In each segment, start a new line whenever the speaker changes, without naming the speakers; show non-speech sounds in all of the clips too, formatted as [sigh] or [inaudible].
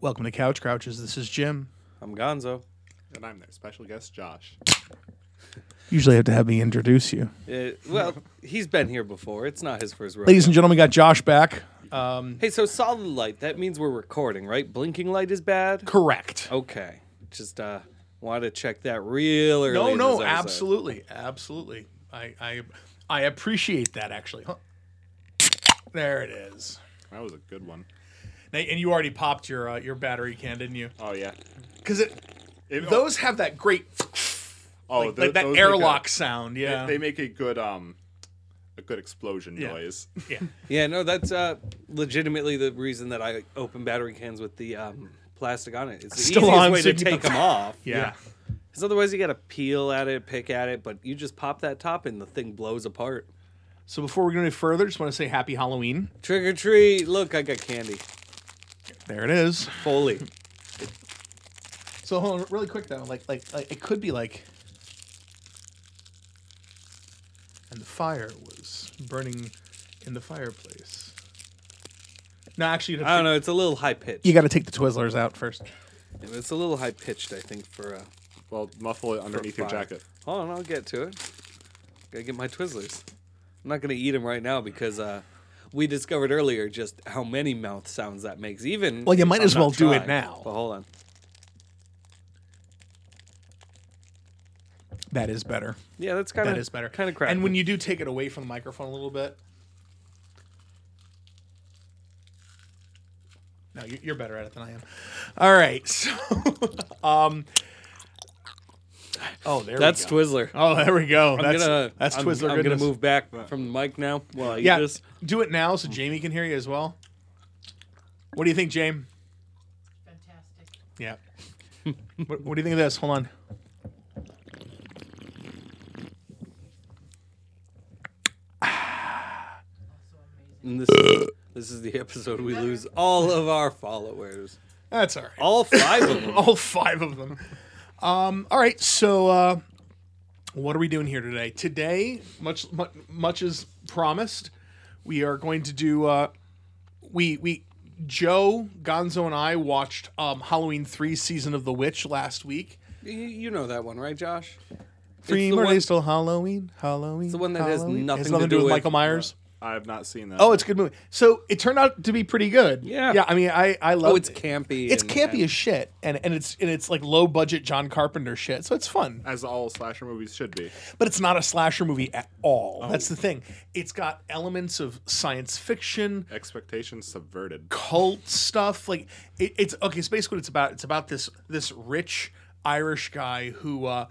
Welcome to Couch Crouches. This is Jim.
I'm Gonzo.
And I'm their special guest, Josh.
Usually have to have me introduce you.
Uh, well, [laughs] he's been here before. It's not his first rodeo.
Ladies and gentlemen, we got Josh back. Um,
hey, so solid light. That means we're recording, right? Blinking light is bad.
correct.
Okay, just uh, wanted to check that real early.
No,
in
no,
this episode.
absolutely. Absolutely. I, I I appreciate that actually. Huh. There it is.
That was a good one.
Now, and you already popped your uh, your battery can, didn't you?
Oh yeah.
Cuz it
It-
those have that great
oh,
like,
tho-
like that
those make a-
airlock sound, yeah.
They make a good um, a good explosion
Yeah.
noise. [laughs]
yeah.
Yeah, no, that's uh, legitimately the reason that I open battery cans with the um, plastic on it. It's the
Still
easiest
on,
way
so
to
you can- [laughs]
take them off.
Yeah.
because otherwise you got to peel at it, pick at it. But you just pop that top and the thing blows apart.
So before we go any further, just want to say happy Halloween.
Trick or treat! Look, I got candy.
There it is.
Foley.
So hold on, really quick though, like, like like it could be like, and the fire was burning in the fireplace. No, actually,
I don't know. It's a little high pitched.
You got to take the Twizzlers out first.
It's a little high pitched, I think, for uh,
Well, muffle it underneath your
fire.
jacket.
Hold on, I'll get to it. Gotta get my Twizzlers. I'm not gonna eat them right now because uh, we discovered earlier just how many mouth sounds that makes. Even
Well, you might
if
as
I'm
well
not
do it
trying.
now.
But hold on,
That is better.
yeah, that's kind of
that is better.
Kind of crap.
And when you do take it away from the microphone a little bit. No, you- you're better at it than I am. All right. [laughs] So, um, oh, there
that's
we go.
Twizzler.
Oh, there we go.
I'm
that's
gonna
that's
I'm,
Twizzler
I'm gonna
goodness.
move back from the mic now while I eat
Yeah,
this.
do it now so Jamie can hear you as well. What do you think, Jamie?
Fantastic.
[laughs] Yeah. what, what do you think of this? Hold on.
And this is, this is the episode we lose all of our followers,
That's all right.
all five
[laughs]
of them.
All five of them. Um, all right. So, uh, what are we doing here today? Today, much much, much as promised, we are going to do. Uh, we we Joe Gonzo and I watched um, Halloween three season of the witch last week.
You, you know that one, right, Josh?
Oh, Three
the
more
one-
days till Halloween. Halloween. It's
the one that has nothing
has
to
nothing to
do
do with
with-
Michael Myers.
I have not seen that.
Oh, it's a good movie. So it turned out to be pretty good.
Yeah.
Yeah. I mean, I I love.
Oh, it's campy.
It's
and-
campy
and-
as shit, and and it's and it's like low budget John Carpenter shit. So it's fun,
as all slasher movies should be.
but it's not a slasher movie at all.
Oh.
That's the thing. It's got elements of science fiction,
Expectations subverted.
cult stuff. Like it, it's okay. It's basically what it's about. It's about this this rich Irish guy who uh,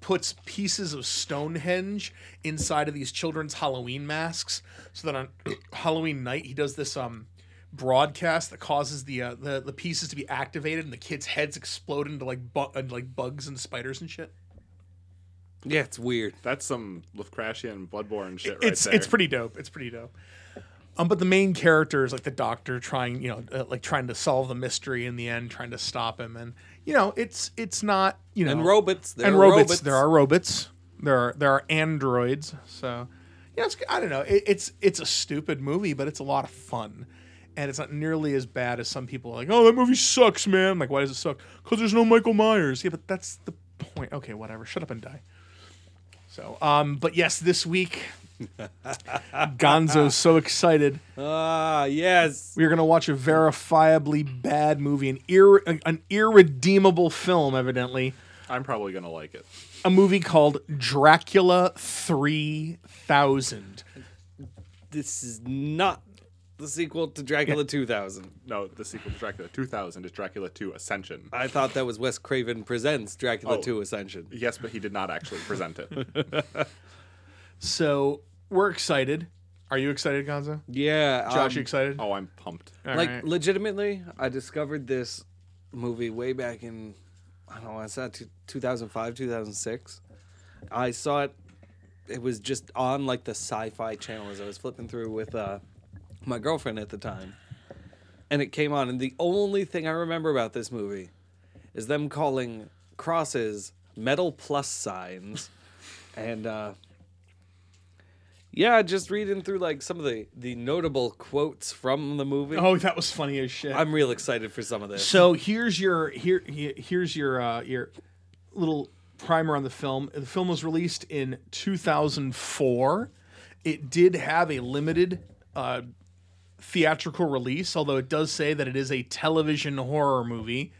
puts pieces of Stonehenge inside of these children's Halloween masks, so that on [clears throat] Halloween night he does this um broadcast that causes the, uh, the the pieces to be activated and the kids' heads explode into like bu- into, like bugs and spiders and shit.
Yeah, it's weird.
That's some Lovecraftian Bloodborne shit right
it's
there.
it's pretty dope. It's pretty dope. Um, but the main character is like the doctor trying, you know, uh, like trying to solve the mystery in the end, trying to stop him, and you know, it's it's not you know
And robots. There
Oh. and
are
robots.
robots.
There are robots. There are there are androids. So yeah, it's, I don't know. It, it's it's a stupid movie, but it's a lot of fun, and it's not nearly as bad as some people are like. Oh, that movie sucks, man. I'm like, why does it suck? Because there's no Michael Myers. Yeah, but that's the point. Okay, whatever. Shut up and die. So, um, but yes, this week,
[laughs]
Gonzo's so excited.
Ah, yes.
We are going to watch a verifiably bad movie, an, ir- an irredeemable film, evidently
I'm probably gonna like it.
a movie called Dracula 3000.
This is not the sequel to Dracula 2000.
No, the sequel to Dracula 2000 is Dracula 2 Ascension.
I thought that was Wes Craven presents Dracula
Oh.
2 Ascension.
Yes, but he did not actually
[laughs]
present it.
So we're excited. Are you excited, Gonzo?
Yeah,
Josh, you
um,
excited?
Oh, I'm pumped.
All
like
right.
legitimately, I discovered this movie way back in I don't know, it's not two- 2005, 2006. I saw it it was just on like the sci-fi channel as I was flipping through with uh, my girlfriend at the time. And it came on and the only thing I remember about this movie is them calling [laughs] crosses metal plus signs and uh Yeah, just reading through like some of the the notable quotes from the movie.
Oh, that was funny as shit.
I'm real excited for some of this.
So here's your here he- here's your uh, your little primer on the film. The film was released in 2004. It did have a limited uh, theatrical release, although it does say that it is a television horror movie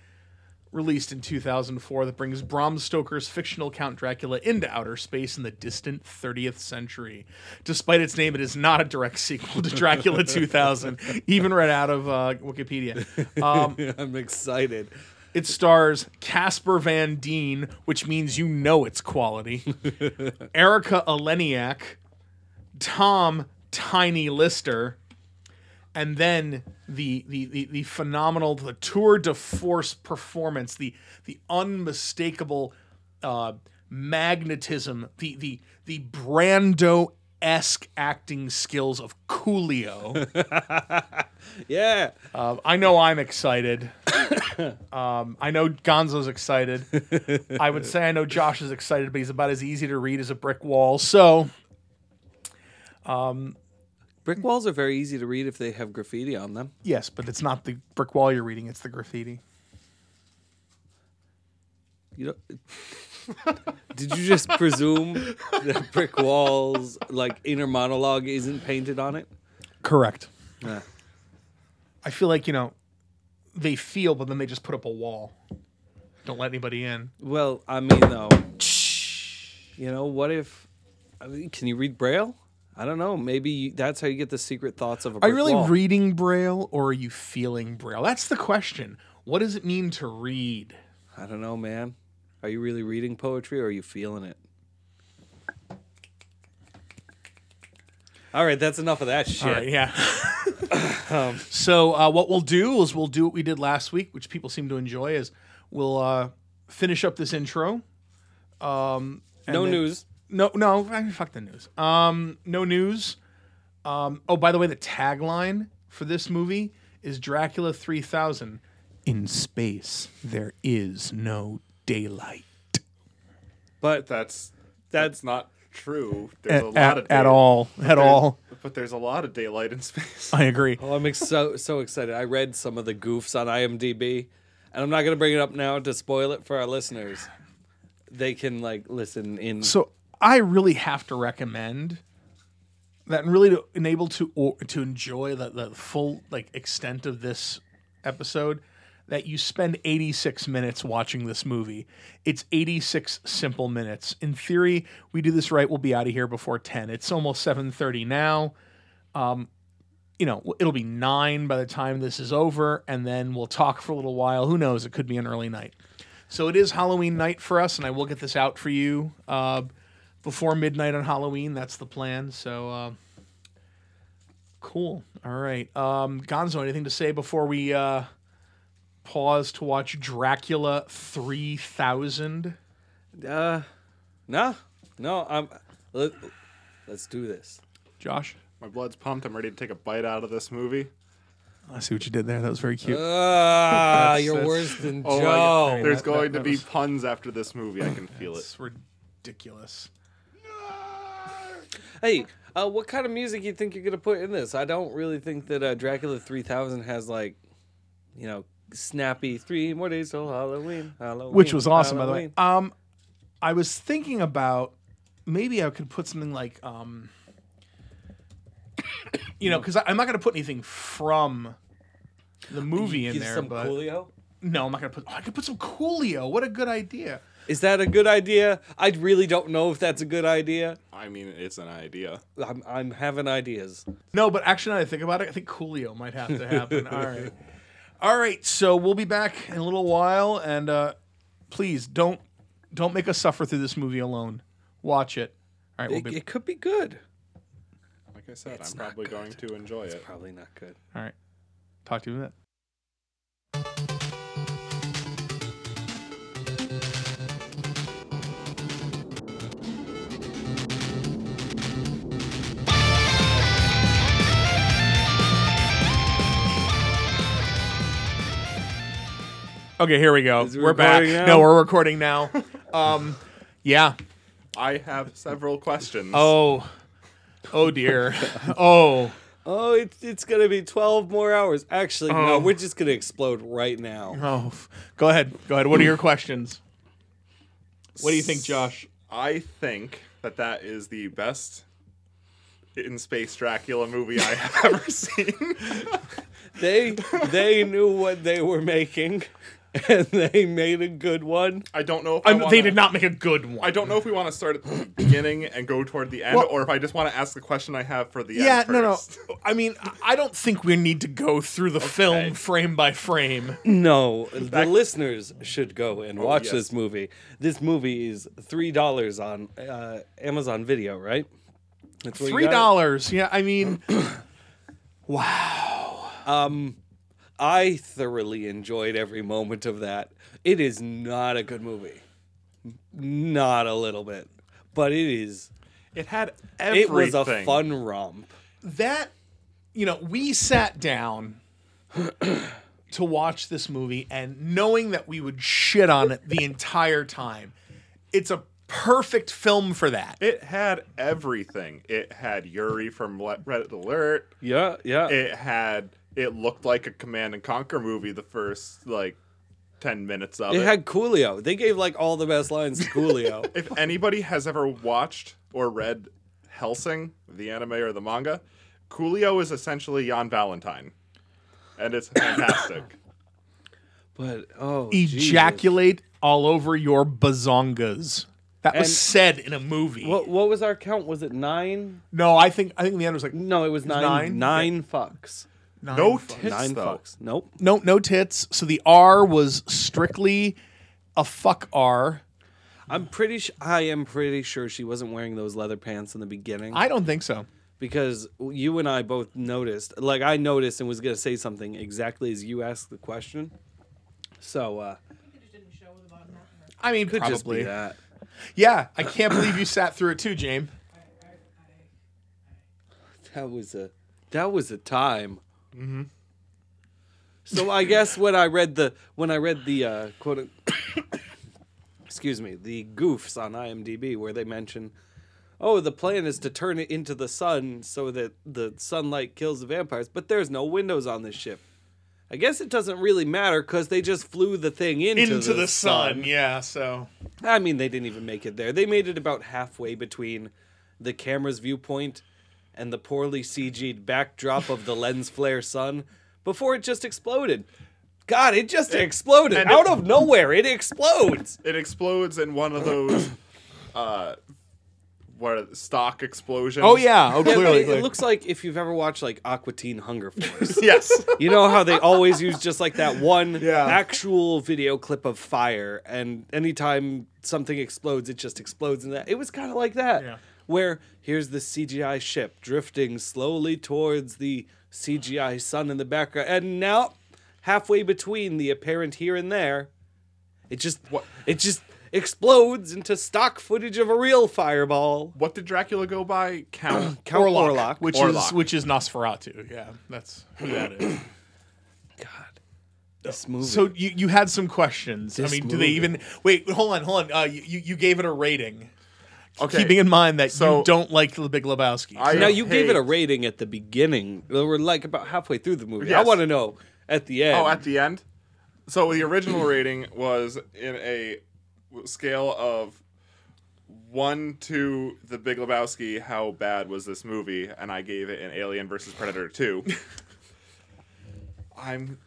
released in 2004 that brings Bram Stoker's fictional Count Dracula into outer space in the distant 30th century. Despite its name, it is not a direct sequel to Dracula 2000, [laughs] even read out of uh, Wikipedia. Um,
[laughs] I'm excited.
it stars Casper Van Deen, which means you know it's quality. Erica Eleniak, Tom Tiny Lister, and then the the the, the phenomenal the tour de force performance, the the unmistakable uh, magnetism, the the the Brando esque acting skills of Coolio.
Yeah.
Um, I know I'm excited. um, I know Gonzo's excited. I would say I know Josh is excited, but he's about as easy to read as a brick wall. So
Brick walls are very easy to read if they have graffiti on them.
yes, but it's not the brick wall you're reading; it's the graffiti.
You know, [laughs] did you just presume that brick walls like inner monologue isn't painted on it?
Correct.
Yeah.
I feel like you know they feel, but then they just put up a wall. Don't let anybody in.
Well, I mean though, you know, what if? I mean, can you read braille? I don't know. Maybe you, that's how you get the secret thoughts of a
Are
brick
you really
wall.
reading braille, or are you feeling braille? That's the question. What does it mean to read?
I don't know, man. Are you really reading poetry or are you feeling it? All right, that's enough of that shit.
All right, yeah.
[laughs]
so uh, what we'll do is we'll do what we did last week, which people seem to enjoy, is we'll uh, finish up this intro. Um, and
no
then-
news.
No, no, I mean, fuck the news. Um, no news. Um, oh, by the way, the tagline for this movie is Dracula 3000. In space, there is no daylight.
But
That's
That's-
that's not true. There's a lot of
at
daylight.
all. At all.
But there's a lot of daylight in space. [laughs]
I agree.
oh, I'm ex- so so excited. I read some of the goofs on IMDb, and I'm not gonna bring it up now to spoil it for our listeners. They can like listen in.
So I really have to recommend that, and really to enable to or, to enjoy the, the full like extent of this episode, that you spend 86 minutes watching this movie. It's 86 simple minutes. In theory, we do this right, we'll be out of here before 10. It's almost 7:30 now. Um, you know, it'll be nine by the time this is over, and then we'll talk for a little while. Who knows? It could be an early night. So it is Halloween night for us, and I will get this out for you uh, before midnight on Halloween. That's the plan. So uh, cool. All right, um, Gonzo. Anything to say before we uh, pause to watch Dracula three thousand?
Uh, no, no. I'm. Let, let's do this.
Josh,
My blood's pumped. I'm ready to take a bite out of this movie.
I see what you did there. That was very cute.
Ah, you're
that's-
worse than
Oh, my
Joe.
God. there's
That- that-
going
that
to be
was-
puns after this movie. I can feel it.
That's ridiculous.
Hey, uh, what kind of music you think you're gonna put in this? I don't really think that uh, Dracula 3000 has like, you know, snappy three more days till Halloween. Halloween
which was awesome
Halloween."
by the way. Um, I was thinking about maybe I could put something like um, you know, because I'm not gonna put anything from the movie in
Give
there,
some
but
Coolio.
no, I'm not gonna put. Oh, I could put some Coolio. What a good idea!
Is that a good idea? I really don't know if that's a good idea.
I mean, it's an idea.
I'm, I'm having ideas.
No, but actually, now that I think about it, I think Coolio might have to happen. All right.
[laughs]
All right, so we'll be back in a little while, and uh, please don't don't make us suffer through this movie alone. Watch it. All right, we'll
It,
be
it could be good.
Like I said,
It's
I'm
not
probably
good.
going to enjoy
It's
it.
probably not good.
all right. Talk to you in a minute. Okay, here we go.
Is it
We're back.
recording now?
No, we're recording now. [laughs] um, yeah.
I have several questions.
Oh, Oh
[laughs]
dear. Oh.
Oh, it's it's gonna be twelve more hours. Actually, no,
Oh.
we're just gonna explode right now.
Oh. f- Go ahead. Go ahead. What [clears throat] are your questions? What do you think, Josh?
I think that that is the best in space Dracula movie I [laughs] have ever seen.
They they knew what they were making, [laughs] and they made a good one.
I don't know if I
I'm,
wanna-
they did not make a good one.
I don't know if we want to start at the beginning and go toward the end,
Well-
or if I just want to ask the question I have for the
yeah,
end.
no, no.
first.
I mean, I- I don't think we need to go through the film frame by frame.
No, the listeners should go and watch
yes.
this movie. This movie is three dollars on uh, Amazon Video, right? That's where you
Three
got it?
dollars. Yeah, I mean,
I thoroughly enjoyed every moment of that. It is not a good movie, not a little bit, but it is.
It had
It
everything.
was a fun romp.
that you know, we sat down [clears throat] to watch this movie, and knowing that we would shit on it the entire time, it's a perfect film for that.
It had everything. It had Yuri from Le- Reddit Alert.
Yeah, yeah.
It had. It looked like a Command and Conquer movie the first like ten minutes of it.
It had Coolio. They gave like all the best lines to Coolio.
if anybody has ever watched or read Helsing, the anime or the manga, Coolio is essentially Jan Valentine, and it's
[coughs]
fantastic.
[laughs] but oh, Jesus.
Ejaculate all over your bazongas. That
And-
was said in a movie.
What what was our count? Was it nine?
no, I think I think in the end it was like
No, it was nine.
nine?
nine fucks.
nine
no
fucks.
tits
nine
though.
fucks. Nope.
no no tits. So the R was strictly a fuck R.
I'm pretty. Sh- I am pretty sure she wasn't wearing those leather pants in the beginning
I don't think so.
because you and I both noticed. Like I noticed and was gonna say something exactly as you asked the question. So uh,
It just didn't show the bottom half. of it.
I mean,
could
probably.
just be that.
Yeah, I can't believe you sat through it too, James.
That was a that was a time. Mm-hmm. So I guess when I read the when I read the uh, quote, excuse me, the goofs on IMDb where they mention, oh, the plan is to turn it into the sun so that the sunlight kills the vampires, but there's no windows on this ship. I guess it doesn't really matter because they just flew the thing [clears throat] into,
yeah. So
I mean, they didn't even make it there. They made it about halfway between the camera's viewpoint and the poorly CG'd backdrop of the lens flare sun before it just exploded. God, it just exploded
and
out
it-
of nowhere. It explodes.
It explodes in one of those, [coughs] uh, what are- stock explosions.
oh yeah, oh
Yeah, but
clearly,
it, it looks like if you've ever watched like Aqua Teen Hunger Force.
[laughs] yes.
you know how they always use just like that one
[laughs] Yeah.
actual video clip of fire, and anytime something explodes, it just explodes in that. It was kind of like that,
Yeah.
where here's the CGI ship drifting slowly towards the CGI sun in the background, and now halfway between the apparent here and there, it just
What-
it just explodes into stock footage of a real fireball.
What did Dracula go by? Count.
Count
Orlok,
Orlok.
which
Orlok.
is which is Nosferatu. Yeah, that's who that is. [clears throat]
God, this movie.
So you, you had some questions.
This
I mean, do they
movie.
even wait? Hold on, hold on. Uh, you you- you gave it a rating,
Okay.
keeping in mind that
So-
you don't like The Big Lebowski.
I-
Now you gave it a
hate-
rating at the beginning. Well, We're like about halfway through the movie. I
Yes.
want to know at the end.
Oh, at the end. So the original rating was in a scale of one to The Big Lebowski. How bad was this movie? And I gave it an Alien versus Predator two. I'm.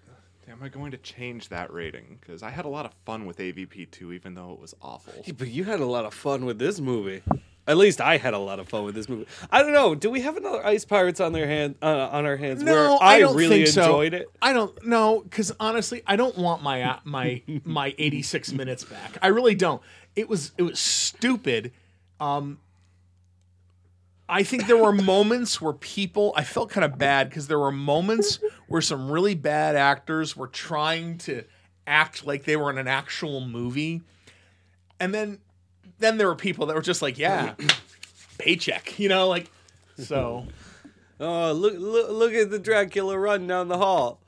Am I going to change that rating? Because I had a lot of fun with AVP two, even though it was awful.
but you had a lot of fun with this movie. At least I had a lot of fun with this movie. I don't know. Do we have another Ice Pirates on their hand uh, on our hands?
no,
where
I, don't
really
think so.
enjoyed it.
I don't know because honestly, I don't want my uh,
[laughs]
my my eighty six minutes back. I really don't. It was it was stupid. Um, I think there were moments where people, I felt kind of bad because there were moments where some really bad actors were trying to act like they were in an actual movie. And then then there were people that were just like, yeah, [clears throat] paycheck, you know, like so
Oh, look, look, look at the Dracula run down the hall.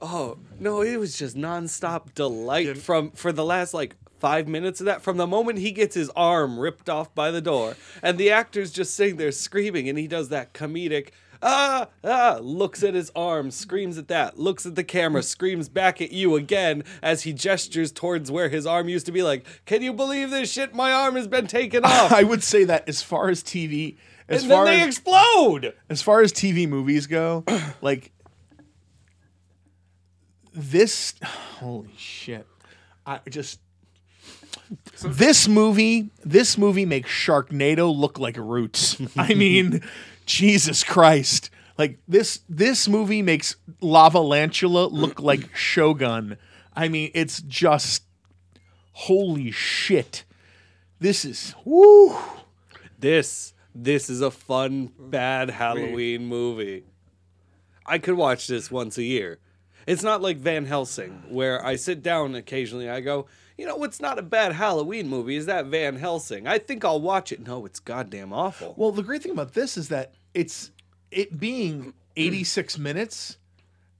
Oh no, it was just nonstop delight from for the last like five minutes of that from the moment he gets his arm ripped off by the door and the actor's just sitting there screaming and he does that comedic ah ah looks at his arm screams at that looks at the camera screams back at you again as he gestures towards where his arm used to be like can you believe this shit my arm has been taken
[laughs]
off
I would say that as far as TV, as
and
far
then they
as,
explode
as far as TV movies
[clears throat]
go, like this holy shit. I just this movie, this movie makes Sharknado look like Roots. [laughs] I mean, Jesus Christ. Like this this movie makes Lava Lantula look
[clears throat]
like Shogun. I mean, it's just holy shit. This is woo.
This this is a fun bad Halloween movie. I could watch this once a year. It's not like Van Helsing where I sit down occasionally I go, "You know what's not a bad Halloween movie is that Van Helsing. I think I'll watch it." No, it's goddamn awful.
Well, the great thing about this is that it's it being 86 minutes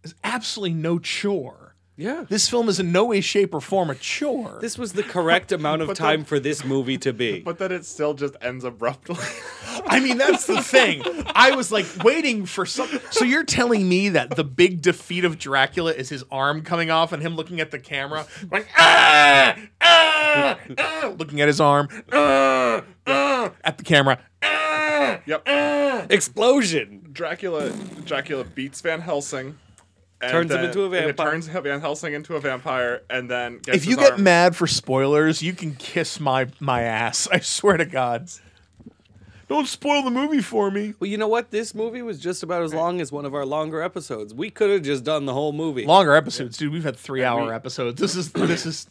is absolutely no chore.
yeah.
This film is in no way, shape, or form a chore.
This was the correct amount of
But
time
then-
for this movie to be.
But then it still just ends abruptly. [laughs]
I mean, that's the [laughs] thing. I was like waiting for something. So you're telling me that the big defeat of Dracula is his arm coming off and him looking at the camera, like ah, ah, ah, looking at his arm, ah, ah, at the camera. Ah,
yep.
Explosion.
Dracula Dracula beats Van Helsing. And
Turns him into a
and it
vampire.
turns Van Helsing into a vampire, and then gets
if you
his
get
arm.
mad for spoilers, you can kiss my my ass. I swear to God. Don't spoil the movie for me.
Well, you know what? This movie was just about as long as one of our longer episodes. We could have just done the whole movie.
Longer episodes, dude. We've had three hour episodes. This is this
[clears throat]
is,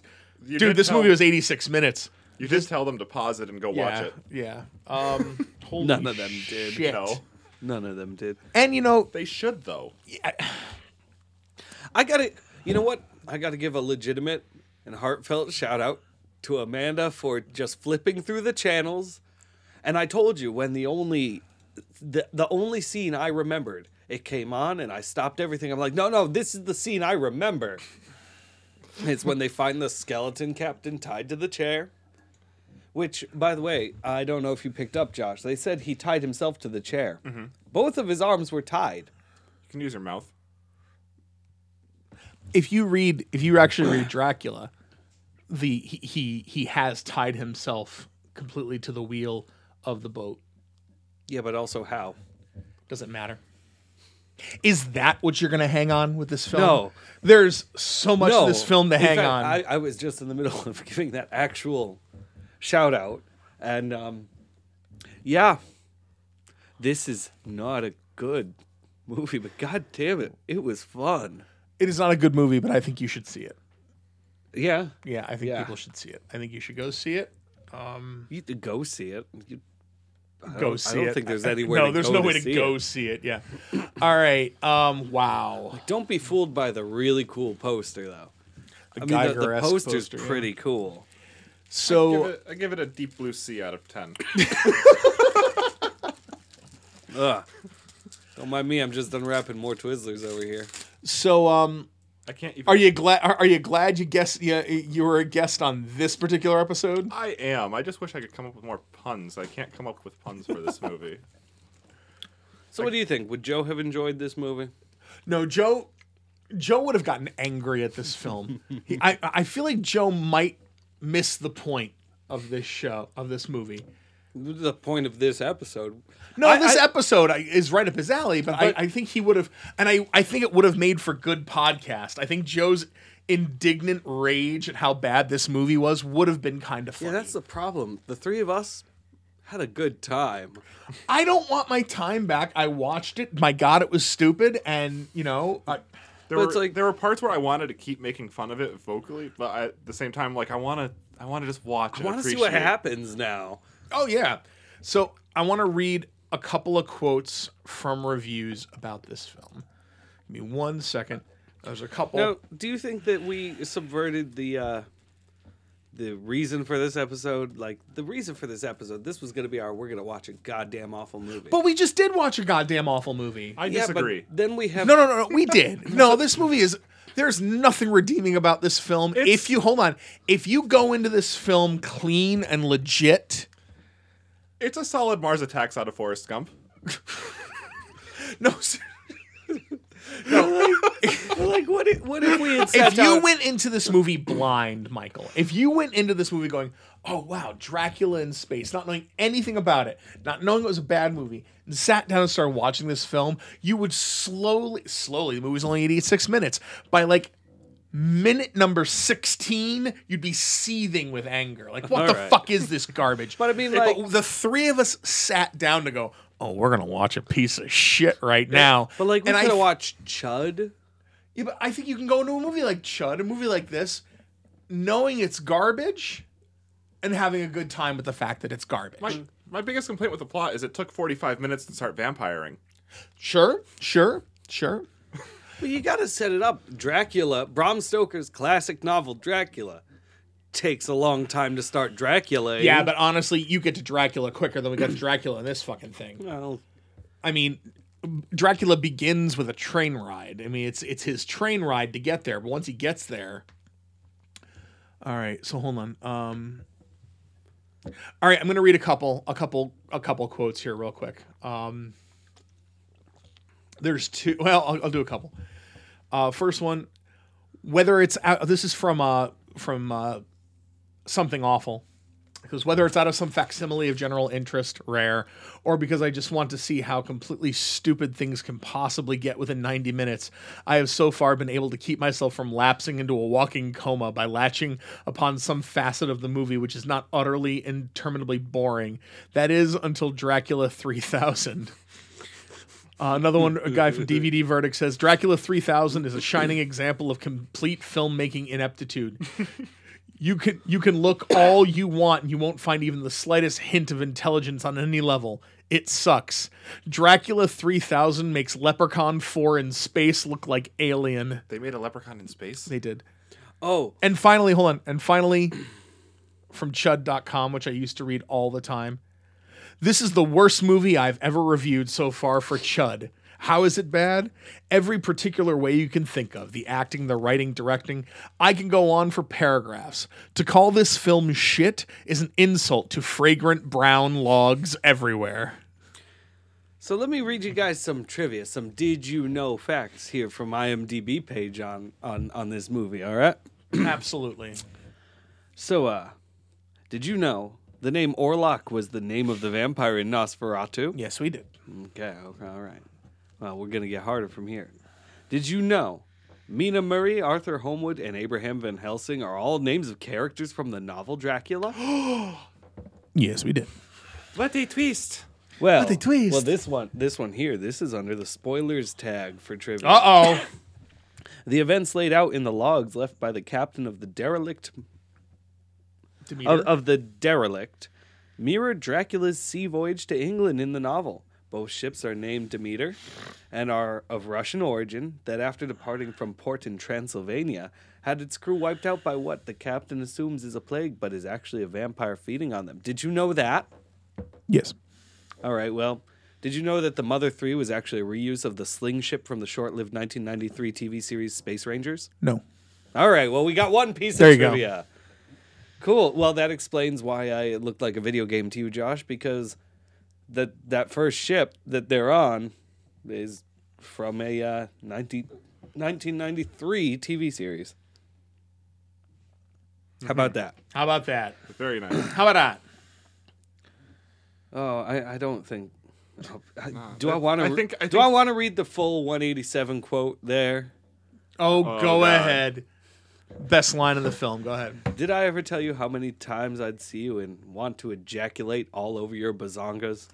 You
dude.
did
This
tell-
movie was eighty six minutes.
you just tell them to pause it and go watch it.
Yeah. Um, [laughs] holy
None of them did.
shit.
No,
None of them did.
And you know,
they should though.
I gotta, you know what? I gotta give a legitimate and heartfelt shout out to Amanda for just flipping through the channels. And I told you when the only, the, the only scene I remembered, it came on and I stopped everything. I'm like, no, no, this is the scene I remember. it's when they find the skeleton captain tied to the chair. Which, by the way, I don't know if you picked up, Josh. They said he tied himself to the chair. Both of his arms were tied.
You can use your mouth.
if you read, if you actually
[clears throat]
read Dracula, the he he, he has tied himself completely to the wheel of the boat.
Yeah, but also how?
Doesn't matter. Is that what you're gonna hang on with this film?
No.
There's so much of this film to
In
hang
fact,
on.
I, I was just in the middle [laughs] of giving that actual shout out, and um, yeah, this is not a good movie, but god damn it, it was fun.
it is not a good movie, but I think you should see it.
Yeah,
Yeah, I think
Yeah.
people should see it. I think you should go see it. Um,
you could go see it. You-
go see it.
don't think there's anywhere
No,
to
there's
go
no
to
way to
see
go see it. Yeah. All right. Um. Wow.
Don't be fooled by the really cool poster, though. I mean, the, the
Geiger-esque
poster's
poster, yeah.
pretty cool.
So
Give it, I give it a deep blue C out
[laughs]
of ten.
Ugh. Don't mind me, I'm just unwrapping more Twizzlers over here.
so um.
I can't. Even,
Are you glad? Are, are you glad you guessed? Yeah, you were a guest on this particular episode.
I am. I just wish I could come up with more puns. I can't come up with puns for this
[laughs]
movie.
So, what do you think? Would Joe have enjoyed this movie?
No, Joe. Joe would have gotten angry at this film. [laughs] he, I I feel like Joe might miss the point of this show of this movie.
the point of this episode.
No,
I-
this
I-
episode I, is right up his alley, but,
But-
I, I think he would have, and I, I think it would have made for good podcast. I think Joe's indignant rage at how bad this movie was would have been kind of
yeah,
funny.
that's the problem. The three of us had a good time.
I don't want my time back. I watched it. My God, it was stupid, and you know, I,
But
There were
it's like-
there were parts where I wanted to keep making fun of it vocally, but I, at the same time, like I want to I want to just watch.
I
and
want to see what
appreciate.
happens now.
oh yeah. So I want to read a couple of quotes from reviews about this film. Give me one second. There's a couple.
Now, do you think that we subverted the uh, the reason for this episode? Like the reason for this episode, this was going to be our we're going to watch a goddamn awful movie.
But we just did watch a goddamn awful movie.
I
yeah,
disagree.
but then we have
No, no, no, no. We did. No, this movie is There's nothing redeeming about this film. if you hold on, if you go into this film clean and legit,
It's a solid Mars Attacks out of Forrest Gump.
no. ser-
[laughs] like what? If, what if we had uh, sat
If you
down-
went into this movie blind, Michael, if you went into this movie going, "Oh wow, Dracula in space," not knowing anything about it, not knowing it was a bad movie, and sat down and started watching this film, you would slowly, slowly. The movie's only eighty-six minutes. By like minute number sixteen, you'd be seething with anger. Like, what the
Alright.
fuck is this garbage?
But I mean,
But
like-
the three of us sat down to go. Oh, we're gonna watch a piece of shit right now.
But like we
And I
could have watched Chud.
yeah, but I think you can go into a movie like Chud, a movie like this, knowing it's garbage and having a good time with the fact that it's garbage.
My, my biggest complaint with the plot is it took 45 minutes to start vampiring.
sure, sure, sure.
But you gotta set it up. Dracula, Bram Stoker's classic novel Dracula, takes a long time to start Dracula.
Yeah, but honestly, you get to Dracula quicker than we got to Dracula in this fucking thing.
well,
I mean, Dracula begins with a train ride. I mean, it's it's his train ride to get there, but once he gets there, all right. So hold on. Um, all right, I'm gonna read a couple, a couple, a couple quotes here, real quick. Um, there's two. Well, I'll, I'll do a couple. Uh, first one, whether it's out. This is from uh from uh something awful because whether it's out of some facsimile of general interest, rare, or because I just want to see how completely stupid things can possibly get within 90 minutes, I have so far been able to keep myself from lapsing into a walking coma by latching upon some facet of the movie which is not utterly interminably boring. That is until Dracula 3000. Uh, another one, a guy from DVD Verdict says Dracula 3000 is a shining example of complete filmmaking ineptitude. You can you can look all you want and you won't find even the slightest hint of intelligence on any level. It sucks. Dracula 3000 makes Leprechaun 4 in space look like Alien.
They made a leprechaun in space.
They did.
oh,
And finally, hold on. And finally, from chud.com, which I used to read all the time. This is the worst movie I've ever reviewed so far for Chud. How is it bad? Every particular way you can think of the acting, the writing, directing. I can go on for paragraphs. To call this film shit is an insult to fragrant brown logs everywhere.
so let me read you guys some trivia, some did you know facts here from IMDb page on on on this movie. All right.
Absolutely.
So, uh, did you know the name Orlok was the name of the vampire in Nosferatu?
Yes, we did.
Okay, okay, all right. Well, we're going to get harder from here. Did you know Mina Murray, Arthur Homewood, and Abraham Van Helsing are all names of characters from the
[gasps]
novel Dracula?
Yes, we did.
What a twist!
Well,
a twist.
well, this one, this one here, this is under the spoilers tag for trivia.
Uh oh.
The events laid out in the logs left by the captain of the derelict of, of the derelict mirror Dracula's sea voyage to England in the novel. Both ships are named Demeter and are of Russian origin that after departing from port in Transylvania had its crew wiped out by what the captain assumes is a plague but is actually a vampire feeding on them. Did you know that?
yes.
All right, well, did you know that the Mother 3 was actually a reuse of the sling ship from the short-lived 1993 TV series Space Rangers?
No.
All right. Well, we got one piece
There you
of
go.
trivia. Cool. Well, that explains why I it looked like a video game to you, Josh, because that that first ship that they're on is from a uh, 19, 1993 TV series.
Mm-hmm.
How about that?
How about that?
Very nice.
How about that?
Oh, I, I don't think. oh, I- do I want to?
I think- I
do I
think-
want to read the full 187 quote there?
Oh, go
God.
ahead. Best line in the film. Go ahead.
Did I ever tell you how many times I'd see you and want to ejaculate all over your
[sighs]
bazongas?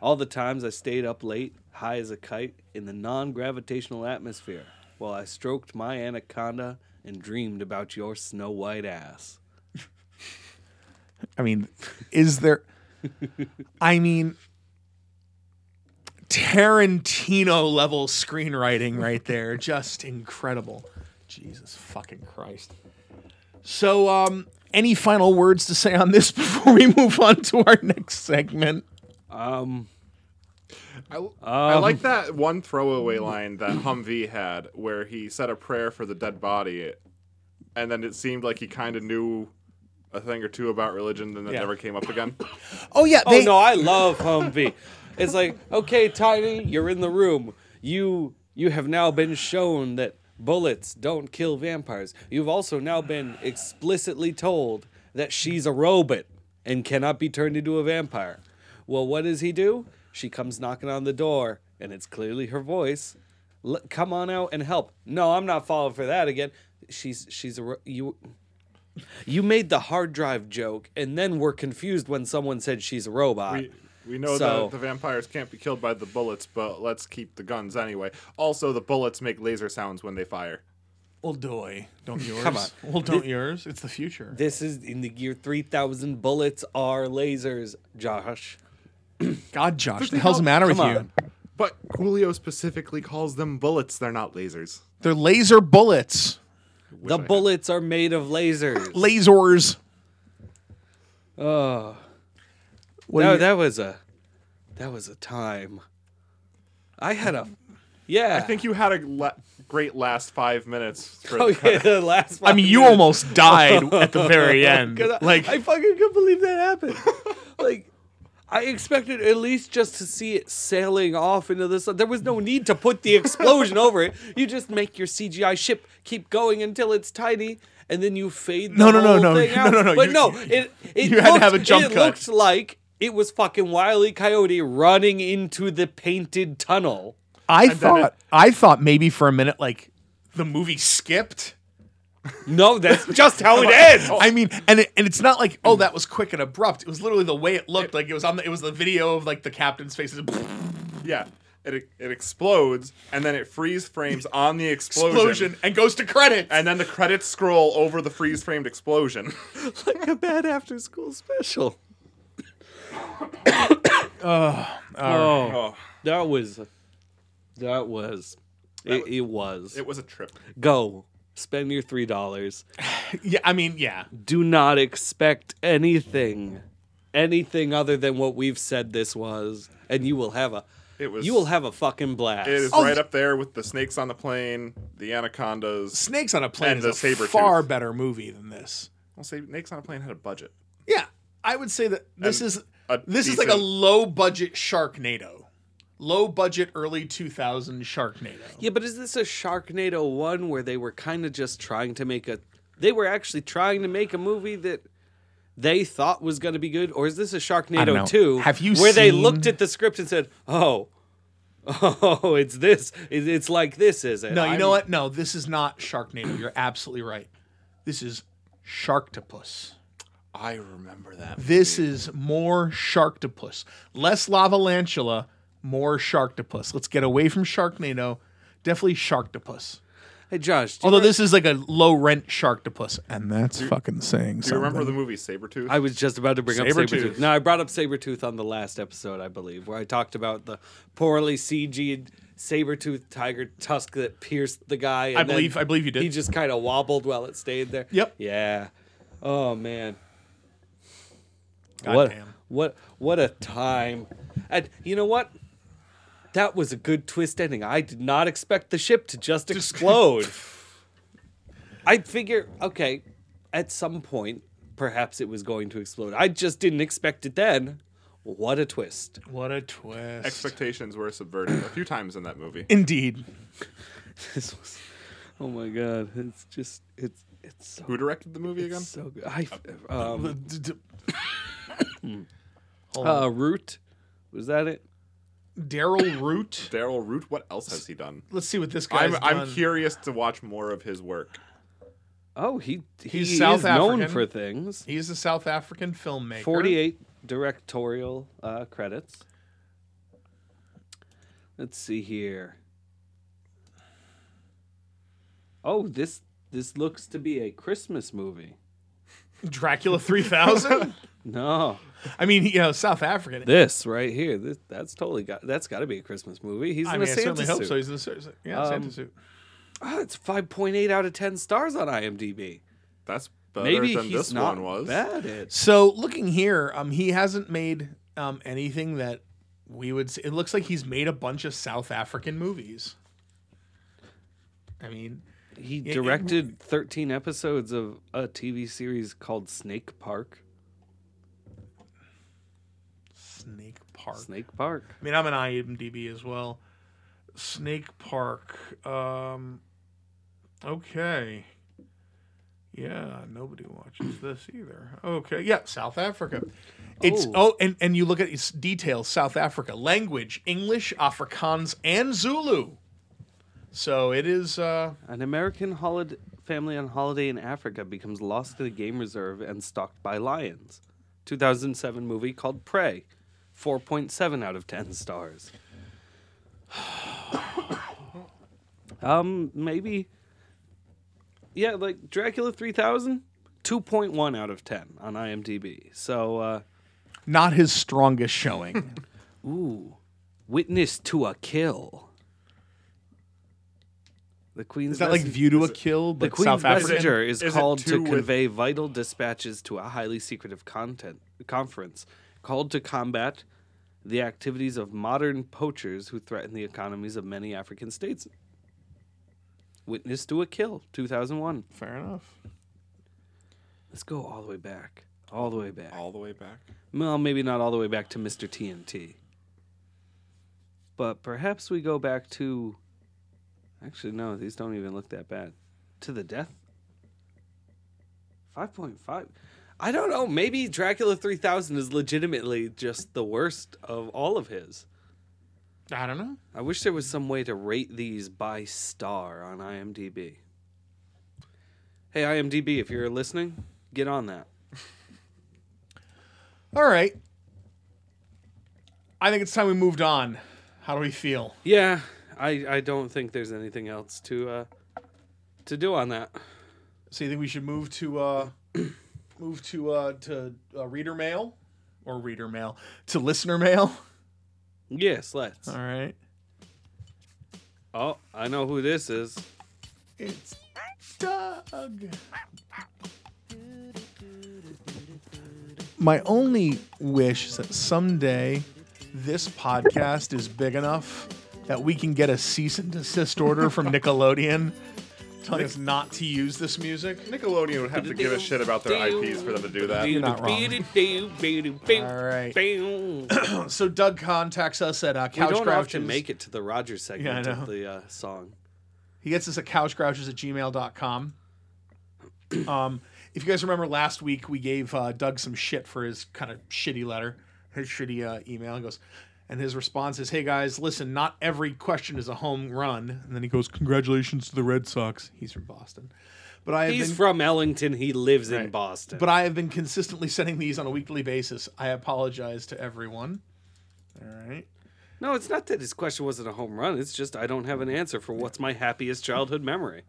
All the times I stayed up late, high as a kite, in the non gravitational atmosphere, while I stroked my anaconda and dreamed about your snow white ass.
I mean, is
[laughs]
there? I mean, Tarantino level screenwriting right [laughs] there. Just incredible. Jesus fucking Christ. So, um, any final [laughs] words to say on this before we move on to our next segment?
Um,
I, I
Um.
like that one throwaway line that Humvee had where he said a prayer for the dead body, and then it seemed like he kind of knew a thing or two about religion, then that
Yeah.
never came up again.
Oh yeah,
Oh
they
no, I love Humvee. it's like, okay, Tiny, you're in the room. You you have now been shown that bullets don't kill vampires. You've also now been explicitly told that she's a robot and cannot be turned into a vampire. Well, what does he do? She comes knocking on the door, and it's clearly her voice. L- come on out and help. No, I'm not falling for that again. She's she's a ro- you. You made the hard drive joke, and then were confused when someone said she's a robot.
We, we know
So-
that the vampires can't be killed by the bullets, but let's keep the guns anyway. Also, the bullets make laser sounds when they fire.
well doy. Don't yours.
Come on.
Well don't yours. It's the future.
This is in the year 3000. Bullets are lasers, Josh.
God Josh, the hell's the matter with
Come
you?
on.
But Coolio specifically calls them bullets, they're not lasers.
They're laser bullets.
the bullets are made of lasers.
[laughs]
Lasers.
oh,
What
no,
are
that was a that was a time. I had a yeah.
I think you had a la- great last five minutes. For
[laughs] oh
the
yeah, the last.
I mean, you almost died at the
[laughs]
very end.
like
Like
I fucking couldn't believe that happened. like. I expected at least just to see it sailing off into the sun. There was no need to put the explosion over it. You just make your CGI ship keep going until it's tiny, and then you fade. The
No, no, no,
whole
no, [laughs]
thing
no,
out.
no, no,
But
you-
no,
you-
it it
you had
looked,
to have a jump
it
cut.
looked like it was fucking Wile E. Coyote running into the painted tunnel.
I
then
thought, I thought maybe for a minute, like the movie skipped. [laughs]
No, that's just how it ends.
I mean, and it, and it's not like oh that was quick and abrupt. It was literally the way it looked. Like it was on the, it was the video of like the captain's face. It's
Yeah, it it explodes and then it freeze frames on the explosion,
explosion and goes to credits.
and then the credits scroll over the freeze framed explosion. [laughs]
like a bad after school
[coughs]
special. oh,
Uh, Oh,
that was, that was, it, it was.
it was a trip.
Go spend your three dollars.
yeah, I mean, yeah,
Do not expect anything, anything other than what we've said this was, and you will have a,
It was.
you will have a fucking blast.
It is
Oh,
right
the-
up there with the snakes on the plane, the anacondas.
Snakes on a Plane
And
is
the
a
saber
far
tooth.
better movie than this.
I'll say snakes on a plane had a budget.
Yeah, I would say that this
And
is
a
this is like a
decent-
low budget Sharknado, low budget early 2000 Sharknado.
Yeah, but is this a Sharknado one where they were kind of just trying to make a? They were actually trying to make a movie that they thought was going to be good, or is this a
don't
Sharknado
know.
two?
Have you
where they
seen-
looked at the script and said, "Oh, [laughs] oh, it's this. It- It's like this, is it?"
No, you know what? No, this is not Sharknado. You're absolutely right. This is Sharktopus.
I remember that.
This is more Sharktopus. Less Lavalantula, more Sharktopus. Let's get away from Sharknado. Definitely Sharktopus.
Hey, Josh. Do you
Although
remember-
this is like a low rent Sharktopus, and that's fucking saying
Do you remember the movie Sabretooth?
I was just about to bring up
Sabretooth.
Sabretooth. No, I brought up Sabretooth on the last episode, I believe, where I talked about the poorly CG'd Sabretooth tiger tusk that pierced the guy. And
I
then
believe- I believe you did.
He just kind of wobbled while it stayed there.
Yep.
Yeah. Oh, man.
God
what,
damn.
what, what a time. And you know what? That was a good twist ending. I did not expect the ship
[laughs]
to just explode. I figure, okay, at some point, perhaps it was going to explode. I just didn't expect it then. What a twist. [laughs]
What a twist.
Expectations were subverted a few times in that movie.
Indeed.
This was, oh my god, it's just, it's, it's so,
Who directed the movie again?
it's so good. I, um,
D- d-
uh, Root, was that it?
Daryl Root.
Daryl Root. What else has he done?
Let's see what this guy's
I'm, I'm
done.
curious to watch more of his work.
Oh, he, he
He's
is
South
known
African.
for things.
He's a South African filmmaker.
48 directorial uh, credits. Let's see here. Oh, this this looks to be a Christmas movie.
Dracula
[laughs]
3000.
No,
I mean, you know, South African.
this right here. This, that's totally got. That's got to be a Christmas movie. He's
I
in
mean, I
a Santa
certainly hope
suit.
so. He's in a Santa- yeah, Santa
Um,
suit.
Ah, it's 5.8 out of 10 stars on IMDb.
That's better
Maybe
than
he's
this
not
one was.
bad. At.
So looking here, um, he hasn't made um anything that we would. s- It looks like he's made a bunch of South African movies. I mean,
He
it-
directed 13 episodes of a TV series called Snake Park.
Snake Park.
Snake Park.
I mean, I'm an IMDb as well. Snake Park. Um, okay. Yeah, nobody watches this either. Okay, yeah, South Africa. It's
Oh.
oh, and and you look at its details. South Africa language: English, Afrikaans, and Zulu. So it is. Uh,
An American holid- family on holiday in Africa becomes lost to the game reserve and stalked by lions. 2007 movie called Prey. 4.7 out of 10 stars. [sighs] um, maybe. Yeah, like Dracula 3000, 2.1 out of 10 on IMDb. So, uh,
not his strongest [laughs] showing.
Ooh, witness to a kill. The Queen's
Is that like
messen-
View to a Kill,
the
but
Queen's
South Africa?
messenger is,
is it
called
two
to
with-
convey vital dispatches to a highly secretive content conference, called to combat the activities of modern poachers who threaten the economies of many African states. Witness to a kill, two thousand one.
Fair enough.
Let's go all the way back, all the way back.
All the way back.
Well, maybe not all the way back to Mr. TNT. But perhaps we go back to. Actually, no, these don't even look that bad. To the death? 5.5. I don't know. Maybe Dracula 3000 is legitimately just the worst of all of his.
I don't know.
I wish there was some way to rate these by star on IMDb. Hey, IMDb, if you're listening, get on that.
All right. I think it's time we moved on. How do we feel?
Yeah, I I don't think there's anything else to uh to do on that.
So you think we should move to uh, [clears throat] move to uh, to uh, reader mail or reader mail to listener mail? [laughs]
Yes, let's.
All right.
Oh, I know who this is.
It's Doug. My only wish is that someday this podcast is big enough that we can get a cease and desist order from [laughs] Nickelodeon telling us not to use this music.
Nickelodeon would have to give a shit about their IPs for them to do that.
not wrong. All right.
We
So Doug contacts us at uh, Couch
don't
Grouches.
often make it to the Rogers segment
Yeah, I
of
know.
the uh, song.
He gets us at couchgrouches at gmail.com. Um, if you guys remember last week, we gave uh, Doug some shit for his kind of shitty letter, his shitty uh, email. He goes, and his response is, "Hey guys, listen, not every question is a home run." And then he goes, "Congratulations to the Red Sox." He's from Boston, but I have
He's
been,
from Ellington. He lives in
Right.
Boston.
but I have been consistently sending these on a weekly basis. I apologize to everyone. All right.
no, it's not that his question wasn't a home run. It's just I don't have an answer for what's my happiest childhood memory.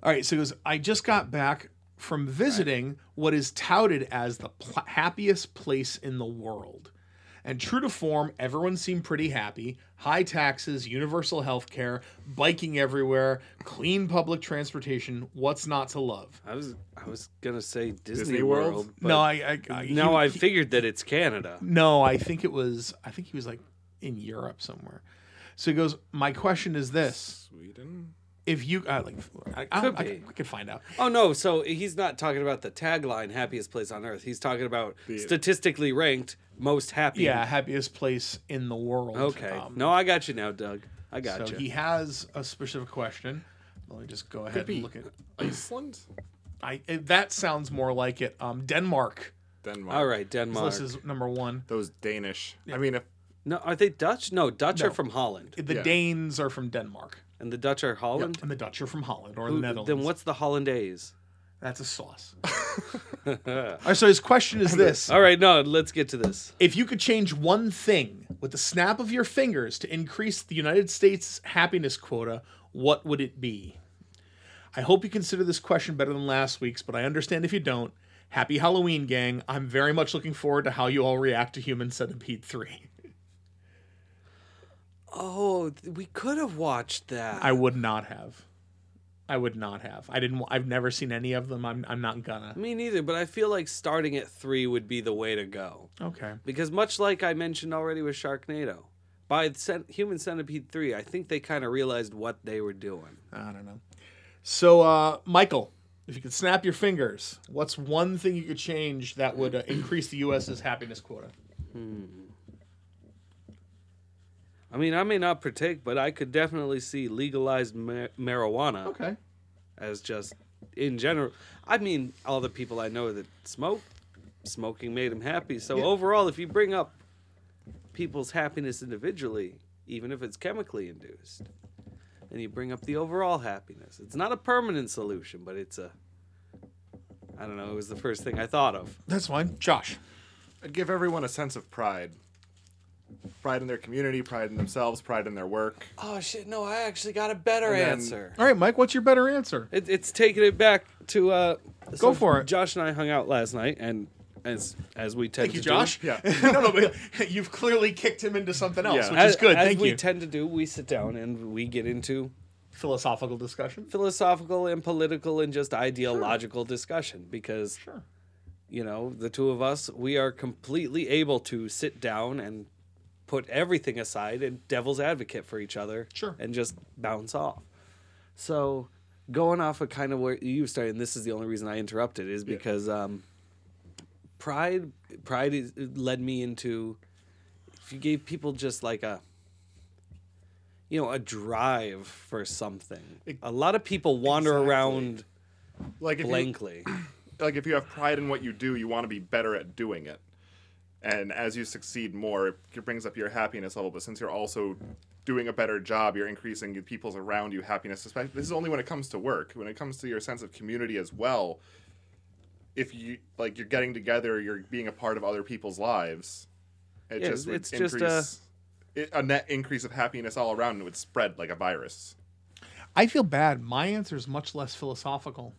All right, so he goes, I just got back from visiting what is touted as the pl- happiest place in the world. And true to form, everyone seemed pretty happy. High taxes, universal health care, biking everywhere, clean public transportation. What's not to love?
I was I was gonna say Disney,
Disney World?
World. but
no, I, I, I
now
he-
I figured that it's Canada.
No, I think it was. I think he was like in Europe somewhere. So he goes. My question is this:
Sweden?
If you, I like, I, I,
Could
I,
be.
we could find out.
Oh no! So he's not talking about the tagline "happiest place on earth." He's talking about statistically ranked most happy.
Yeah, happiest place in the world.
Okay.
Um,
no, I got you now, Doug. I got
So
you.
he has a specific question. Let me just go ahead and
be.
look at.
Iceland?
I it- that sounds more like it. Um, Denmark.
Denmark.
All right,
So
Denmark.
This is number one.
Those Danish. I mean, if
No, are they Dutch? No, Dutch
No.
are from Holland,
The
Yeah.
Danes are from Denmark,
and the Dutch are Holland.
and the Dutch are from Holland or
Who-
the Netherlands.
then what's the Hollandaise?
That's a sauce. All right. So his question is this:
All right, no, let's get to this.
If you could change one thing with the snap of your fingers to increase the United States happiness quota, what would it be? I hope you consider this question better than last week's, but I understand if you don't. Happy Halloween, gang. I'm very much looking forward to how you all react to Human Centipede 3.
Oh, th- we could have watched that.
I would not have. I would not have. I didn't. I've never seen any of them. I'm. I'm not gonna.
Me neither, but I feel like starting at three would be the way to go.
Okay.
Because much like I mentioned already with Sharknado, by cent- Human Centipede 3, I think they kind of realized what they were doing.
I don't know. So, uh, Michael, if you could snap your fingers, what's one thing you could change that would uh, increase the U.S.'s happiness quota?
I mean, I may not partake, but I could definitely see legalized ma- marijuana
Okay.
as just in general. I mean, all the people I know that smoke, smoking made them happy. So
Yeah.
overall, if you bring up people's happiness individually, even if it's chemically induced, and you bring up the overall happiness, it's not a permanent solution, but it's a. I don't know. It was the first thing I thought of.
That's fine. Josh.
I'd give everyone a sense of pride. Pride in their community, pride in themselves, pride in their work.
Oh shit! No, I actually got a better
then-
answer.
All right, Mike. What's your better answer?
It, it's taking it back to uh, so
for it.
Josh and I hung out last night, and as as we tend
Thank you,
to do-
Josh.
Yeah.
[laughs] no, no, but you've clearly kicked him into something else,
Yeah.
which is good.
As
Thank
we
you.
tend to do, we sit down and we get into
Philosophical discussion.
philosophical and political and just ideological discussion because
Sure.
you know the two of us we are completely able to sit down and put everything aside and devil's advocate for each other
Sure.
and just bounce off so going off of kind of where you started and this is the only reason i interrupted is because um, pride pride is, it led me into if you gave people just like a you know a drive for something a lot of people wander
Exactly.
around
Like if you,
blankly
like if you have pride in what you do, you want to be better at doing it. And as you succeed more, it brings up your happiness level. But since you're also doing a better job, you're increasing the people's around you happiness. Especially, this is only when it comes to work. When it comes to your sense of community as well, if you like, you're getting together, you're being a part of other people's lives. It
Yeah,
just would
it's just, uh,
it- a net increase of happiness all around, and it would spread like a virus.
I feel bad. My answer is much less philosophical.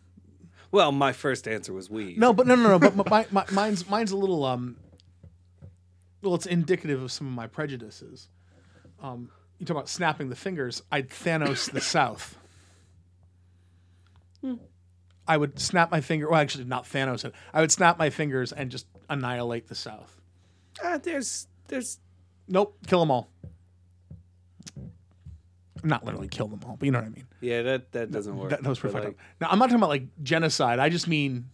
well my first answer was we
No, but no, no, no. But my, my, mine's mine's a little um. Well, it's indicative of some of my prejudices. Um, you talk about snapping the fingers. I'd Thanos the South.
Hmm.
I would snap my finger. Well, actually, not Thanos. it. I would snap my fingers and just annihilate the South.
Ah, there's there's
Nope, kill them all. Not literally kill them all, but you know what I mean.
yeah that that doesn't work.
That, that was
But,
perfect.
like,
now I'm not talking about like genocide. I just mean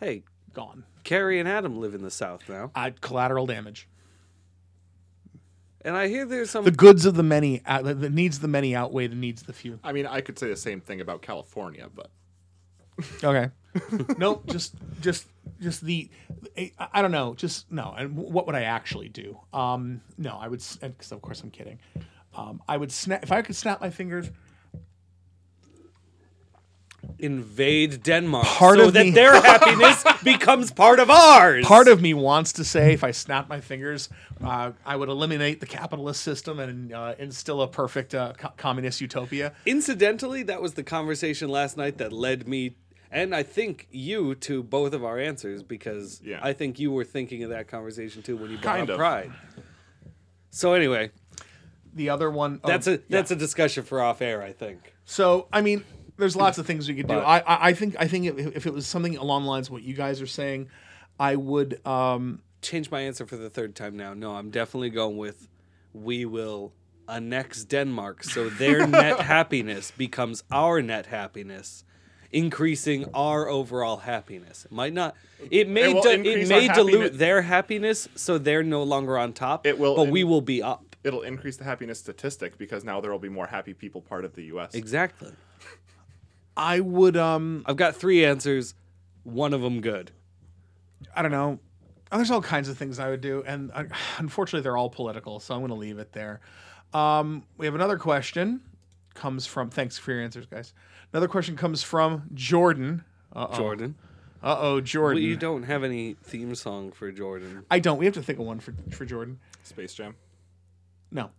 hey,
gone.
Carrie and Adam live in the South now,
I collateral damage.
and I hear there's some.
the goods of the many out, the needs of the many outweigh the needs of the few
I mean, I could say the same thing about California, but
[laughs]
okay nope just just just the I, I don't know just no and what would i actually do um no i would because of course i'm kidding um i would snap if i could snap my fingers
invade Denmark
Part
so
of
that
me- [laughs]
their happiness becomes part of ours.
part of me wants to say if i snap my fingers uh, i would eliminate the capitalist system and uh, instill a perfect uh, co- communist utopia
Incidentally, that was the conversation last night that led me, and I think you to both of our answers because
Yeah.
I think you were thinking of that conversation too when you brought
Kind
up
of.
pride. So anyway,
the other one oh,
that's a
yeah.
that's a discussion for off air. I think.
So I mean, there's lots of things we could do.
But-
I, I I think I think if, if it was something along the lines of what you guys are saying, I would. Um,
change my answer for the third time now. No, I'm definitely going with we will annex Denmark so
[laughs]
their net happiness becomes our net happiness, increasing our overall happiness. It might not it may
It will
di- it
increase
may
our
dilute
happiness.
their happiness so they're no longer on top.
It will
but we
in-
will be up.
it'll increase the happiness statistic because now there will be more happy people part of the U.S.
Exactly.
I would. Um,
I've got three answers, one of them good.
I don't know. There's all kinds of things I would do, and uh, unfortunately, they're all political. So I'm going to leave it there. Um, we have another question. Comes from thanks for your answers, guys. Another question comes from Jordan. Uh
Jordan.
oh, Jordan.
But you don't have any theme song for Jordan. [laughs]
I don't. We have to think of one for for Jordan.
Space Jam.
No.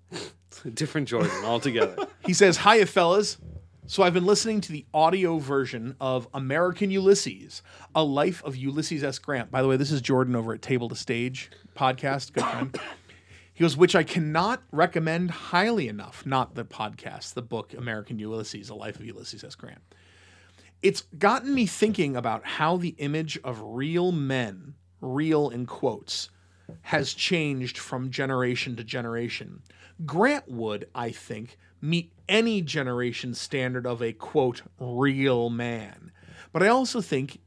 Different Jordan altogether.
He says, Hiya, fellas. So I've been listening to the audio version of American Ulysses, A Life of Ulysses S. Grant. By the way, this is Jordan over at Table to Stage podcast. Good friend. He goes, which I cannot recommend highly enough. Not the podcast, the book American Ulysses, A Life of Ulysses S. Grant. it's gotten me thinking about how the image of real men, real in quotes, has changed from generation to generation. Grant would, I think, meet any generation standard of a quote real man. But I also think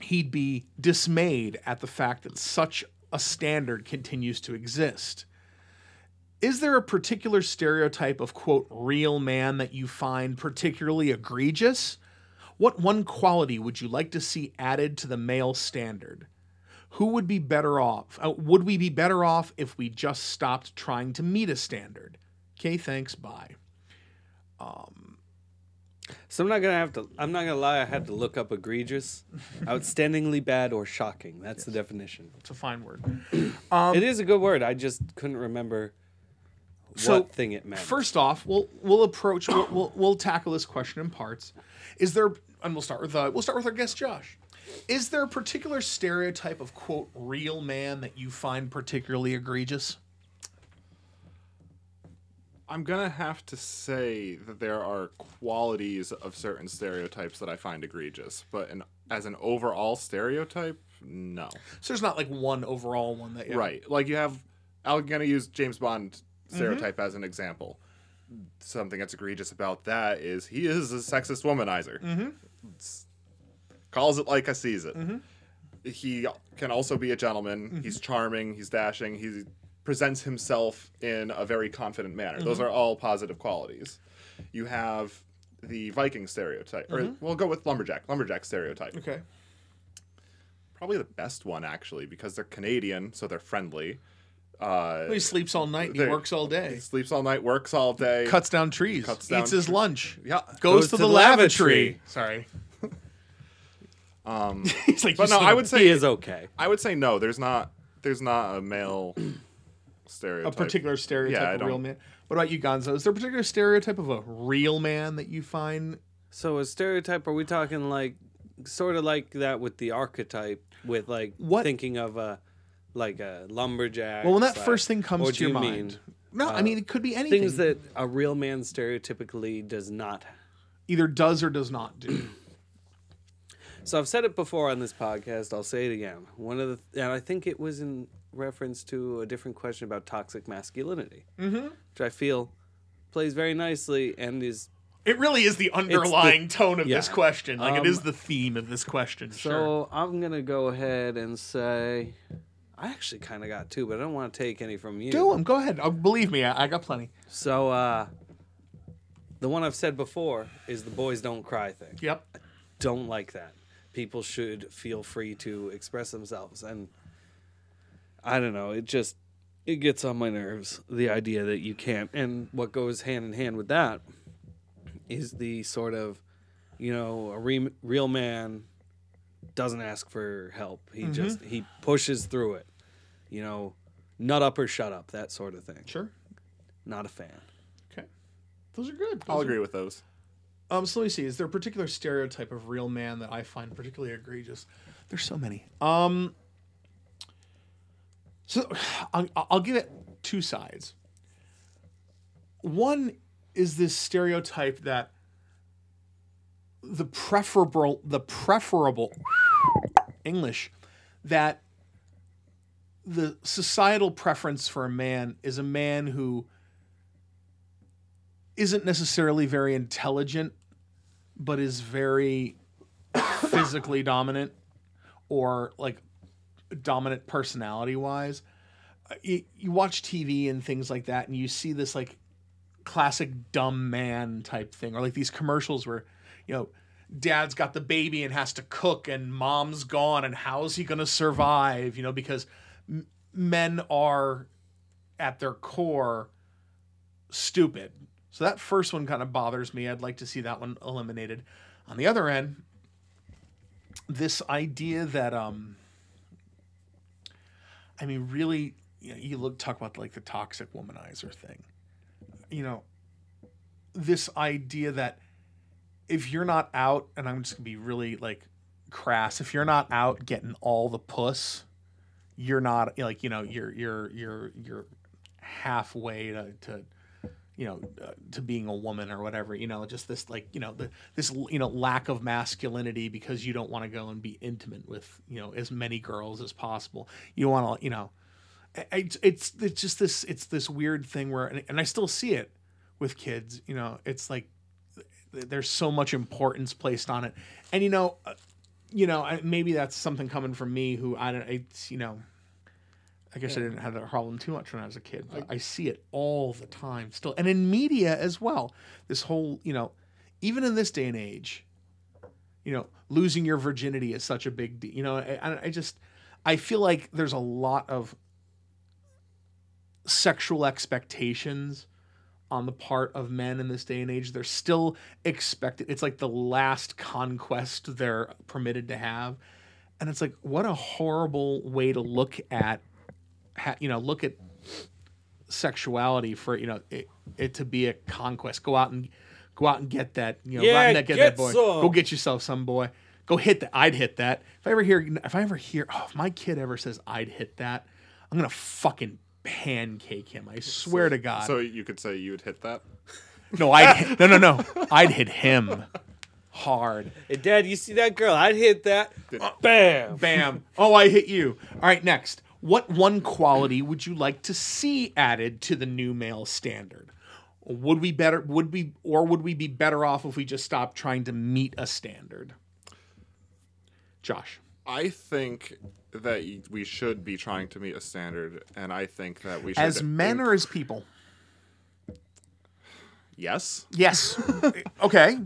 he'd be dismayed at the fact that such a standard continues to exist. Is there a particular stereotype of, quote, real man that you find particularly egregious? What one quality would you like to see added to the male standard? Who would be better off? uh, would we be better off if we just stopped trying to meet a standard? Okay, thanks, bye.
So I'm not gonna have to. I'm not gonna lie. I had to look up
[laughs]
egregious, outstandingly bad, or shocking. That's the definition.
It's a fine word. Um,
it is a good word. I just couldn't remember what
So,
thing it meant.
First off, we'll we'll approach we'll, we'll we'll tackle this question in parts. Is there and we'll start with uh, we'll start with our guest Josh. Is there a particular stereotype of quote real man that you find particularly egregious?
I'm gonna have to say that there are qualities of certain stereotypes that I find egregious, but an, as an overall stereotype, no.
So there's not like one overall one that you
Right, like you have. I'm gonna use James Bond stereotype
Mm-hmm.
as an example. Something that's egregious about that is he is a sexist womanizer.
Mm-hmm.
It's- calls it like I sees it.
Mm-hmm.
He can also be a gentleman. He's charming. He's dashing. He presents himself in a very confident manner.
Mm-hmm.
Those are all positive qualities. You have the Viking stereotype, or we'll go with lumberjack. Lumberjack stereotype
Mm-hmm. Okay.
probably the best one actually because they're Canadian, so they're friendly. Uh,
He sleeps all night. And he
There-
works all
he
day.
sleeps all night, works all day.
Cuts down trees.
Cuts down
eats his
trees.
lunch.
Yeah,
Goes, to, the, lavatory. Sorry.
Um,
[laughs] He's like,
but
"You
no,
son of
I
a
would
he
say
is okay.
I would say no. There's not there's not
[clears throat]
a male stereotype.
a particular stereotype
Yeah, I
of
don't-
real man. What about you, Gonzo? Is there a particular stereotype of a real man that you find?
So a stereotype? Are we talking like sort of like that with the archetype? With like
What-
thinking of a like a lumberjack.
Well, when that
slash-
first thing comes
or
to
do
your
you mean Uh,
mind, no, I mean it could be anything
Things that a real man stereotypically does not
either does or does not
[clears throat]
do.
So I've said it before on this podcast. I'll say it again. One of the and I think it was in reference to a different question about toxic masculinity, mm-hmm. which I feel plays very nicely and is
It really is the underlying tone of this
yeah. Um,
question. Like it is the theme of this question.
so.
sure.
I'm gonna go ahead and say, I actually kind of got two, but I don't want to take any from you.
Do them. Go ahead. Oh, believe me, I, I got plenty.
So uh, the one I've said before is the boys don't cry thing.
Yep.
don't like that. People should feel free to express themselves. And I don't know, it just it gets on my nerves the idea that you can't. And what goes hand in hand with that is the sort of, you know, a re- real man doesn't ask for help. He just he pushes through it. You know, nut up or shut up, that sort of thing.
Sure.
Not a fan.
Okay. Those are good.
I'll
Those are-
agree with those.
Um, so let me see. Is there a particular stereotype of real man that I find particularly egregious? There's so many. Um, so [sighs] I'll, I'll give it two sides. One is this stereotype that the preferable, the preferable English, that the societal preference for a man is a man who isn't necessarily very intelligent, but is very physically dominant or like dominant personality wise. You, you watch TV and things like that, and you see this like classic dumb man type thing, or like these commercials where, you know, dad's got the baby and has to cook, and mom's gone, and how's he gonna survive? You know, because m- men are at their core stupid. So that first one kind of bothers me. I'd like to see that one eliminated. On the other end, this idea that um I mean really you, know, you look talk about like the toxic womanizer thing. You know, this idea that if you're not out and I'm just going to be really like crass, if you're not out getting all the puss, you're not like, you know, you're you're you're you're halfway to, to you know, uh, to being a woman or whatever. You know, just this like you know the, this you know lack of masculinity because you don't want to go and be intimate with you know as many girls as possible. You want to you know, I- I- it's it's it's just this it's this weird thing where and, and I still see it with kids. You know, it's like th- there's so much importance placed on it, and you know, uh, you know I- maybe that's something coming from me who I don't. It's you know. I guess I didn't have that problem too much when I was a kid, but I, see it all the time still. And in media as well. This whole, you know, even in this day and age, you know, losing your virginity is such a big deal. You know, I, I- I just, I feel like there's a lot of sexual expectations on the part of men in this day and age. They're still expected. It's like the last conquest they're permitted to have. And it's like, what a horrible way to look at ha- you know look at sexuality for you know it, it to be a conquest go out and go out and get that you know go out
Yeah,
and get,
get
that boy
some.
go get yourself some boy go hit that i'd hit that if i ever hear if i ever hear oh if my kid ever says i'd hit that i'm gonna fucking pancake him i swear to god
So you could say you'd hit that.
no i no no no i'd hit him hard
Hey, Dad, you see that girl? I'd hit that. Bam.
Bam. Oh, I hit you. All right, next. What one quality would you like to see added to the new male standard? Would we better would we or would we be better off if we just stopped trying to meet a standard? Josh.
I think that y- we should be trying to meet a standard, and I think that we should.
As men
inc-
or as people?
yes,
Yes. [laughs] okay.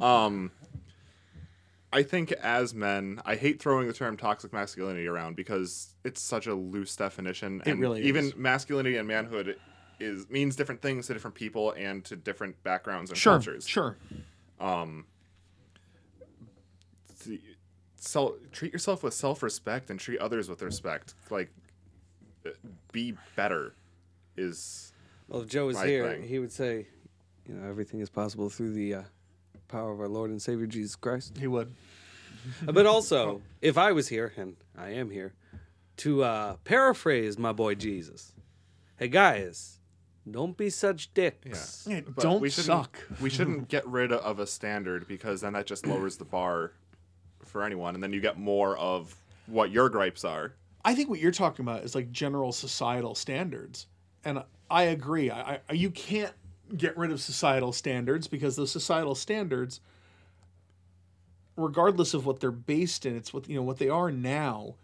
I think as men, I hate throwing the term toxic masculinity around because it's such a loose definition. It and
really
even
is.
masculinity and manhood is means different things to different people and to different backgrounds and
sure.
cultures.
Sure.
Th- So treat yourself with self-respect and treat others with respect. Like, uh, be better. Is
Well, if Joe was
My
here,
thing.
he would say, you know, everything is possible through the uh, power of our Lord and Savior
[laughs]
Jesus Christ.
He would.
but also, if I was here, and I am here, to uh, paraphrase my boy Jesus, hey guys, don't be such dicks.
Yeah,
But
don't
we shouldn't-
suck. [laughs]
We shouldn't get rid of a standard because then that just lowers the bar for anyone, and then you get more of what your gripes are.
I think what you're talking about is like general societal standards, and I agree. I, I you can't get rid of societal standards because those societal standards, regardless of what they're based in, it's what you know what they are now.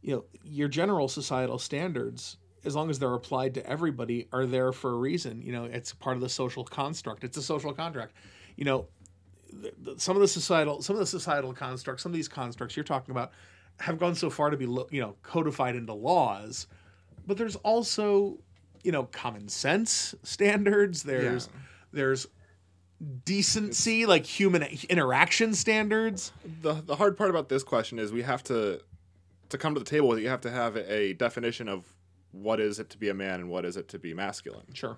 You know, your general societal standards, as long as they're applied to everybody, are there for a reason. You know, it's part of the social construct. It's a social contract. You know, some of the societal some of the societal constructs some of these constructs you're talking about have gone so far to be lo- you know codified into laws but there's also you know common sense standards there's there's decency like human interaction standards
The the hard part about this question is we have to to come to the table with it, you have to have a definition of what is it to be a man and what is it to be masculine.
sure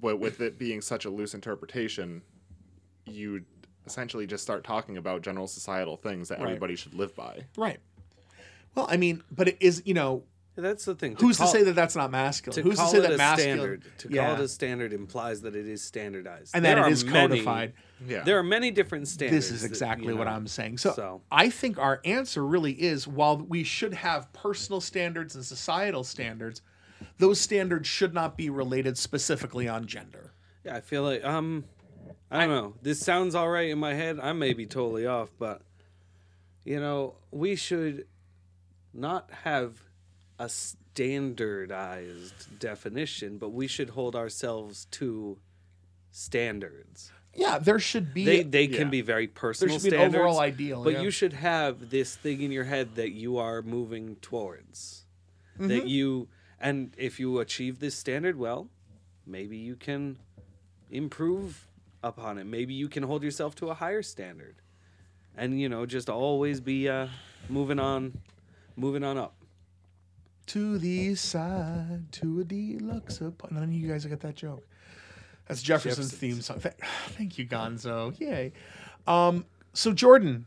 But with it being such a loose interpretation, you essentially just start talking about general societal things that
Right.
everybody should live by.
right well i mean but it is you know
That's the thing.
who's to,
call-
say that that's not masculine
To
who's
call
to say
it
that
a
masculine
standard, to
Yeah.
call it a standard implies that it is standardized,
and that
There
it
are
is
many-
codified
Yeah.
There are many different standards.
This is
that, you
exactly what
know,
I'm saying. So,
so.
I think our answer really is while we should have personal standards and societal standards, those standards should not be related specifically on gender.
Yeah, I feel like um, I don't know. This sounds all right in my head. I may be totally off, but you know, we should not have a standardized definition, but we should hold ourselves to standards.
Yeah, there should be
They they
yeah.
can be very personal.
should be an
standards,
overall ideal,
but
yeah.
you should have this thing in your head that you are moving towards. That you and if you achieve this standard, well, maybe you can improve upon it. Maybe you can hold yourself to a higher standard, and you know just always be uh, moving on, moving on up.
to the side to a deluxe apartment. None of you guys got that joke. That's Jefferson's, theme song. Th- [sighs] Thank you, Gonzo. Yay. Um, so Jordan,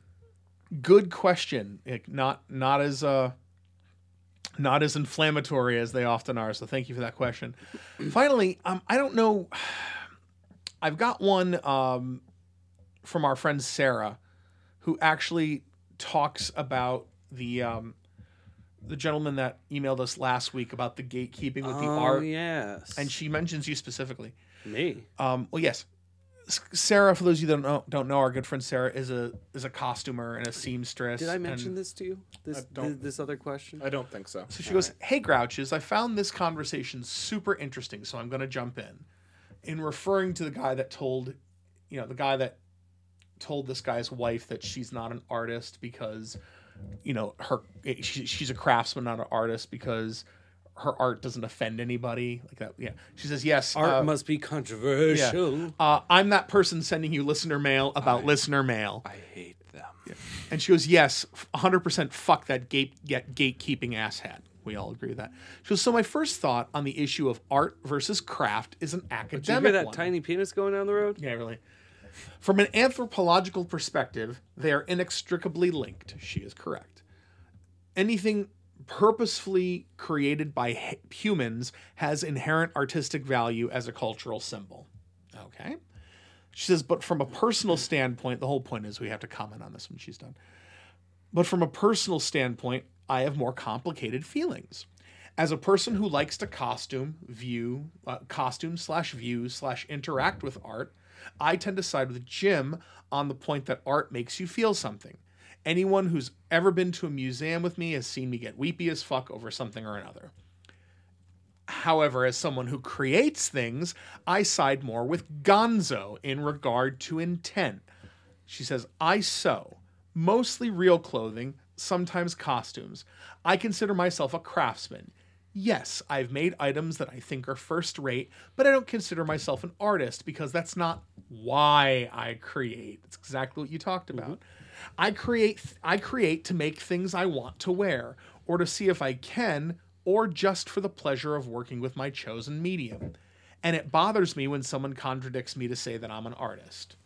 good question. Like, not not as uh, not as
[clears throat]
inflammatory as they often are. So thank you for that question. Finally, um, I don't know. [sighs] I've got one um, from our friend Sarah, who actually talks about the um, the gentleman that emailed us last week about the gatekeeping with the
oh,
art,
yes.
and she mentions you specifically.
me.
Um, well, yes, S- Sarah. For those of you that don't know, don't know, our good friend Sarah is a is a costumer and a seamstress.
Did I mention
and- Uh,
this to you? This
don't-
th- this other question.
I don't think so.
So she goes, Hey, Grouches, I found this conversation super interesting, so I'm going to jump in. In referring to the guy that told, you know, the guy that told this guy's wife that she's not an artist because, you know, her eh, she, she's a craftsman, not an artist because her art doesn't offend anybody. Like that, yeah. She says, Yes,
Art
uh,
must be controversial.
uh, I'm that person sending you listener mail about listener mail.
I hate them.
And she goes, yes, f- 100% fuck that gate, get gatekeeping asshat. We all agree with that. She goes, so my first thought on the issue of art versus craft is an academic
Did you hear that
one.
tiny penis going down the road?
yeah, really. From an anthropological perspective, they are inextricably linked. She is correct. Anything purposefully created by h- humans has inherent artistic value as a cultural symbol. Okay. She says, but from a personal standpoint, the whole point is we have to comment on this when she's done. But from a personal standpoint, I have more complicated feelings. As a person who likes to costume, view, uh, costume slash view slash interact with art, I tend to side with Jim on the point that art makes you feel something. Anyone who's ever been to a museum with me has seen me get weepy as fuck over something or another. However, as someone who creates things, I side more with Gonzo in regard to intent. She says, I sew, mostly real clothing, sometimes costumes. I consider myself a craftsman. Yes, I've made items that I think are first rate, but I don't consider myself an artist because that's not why I create. It's exactly what you talked about. I create I create to make things I want to wear or to see if I can or just for the pleasure of working with my chosen medium. And it bothers me when someone contradicts me to say that I'm an artist.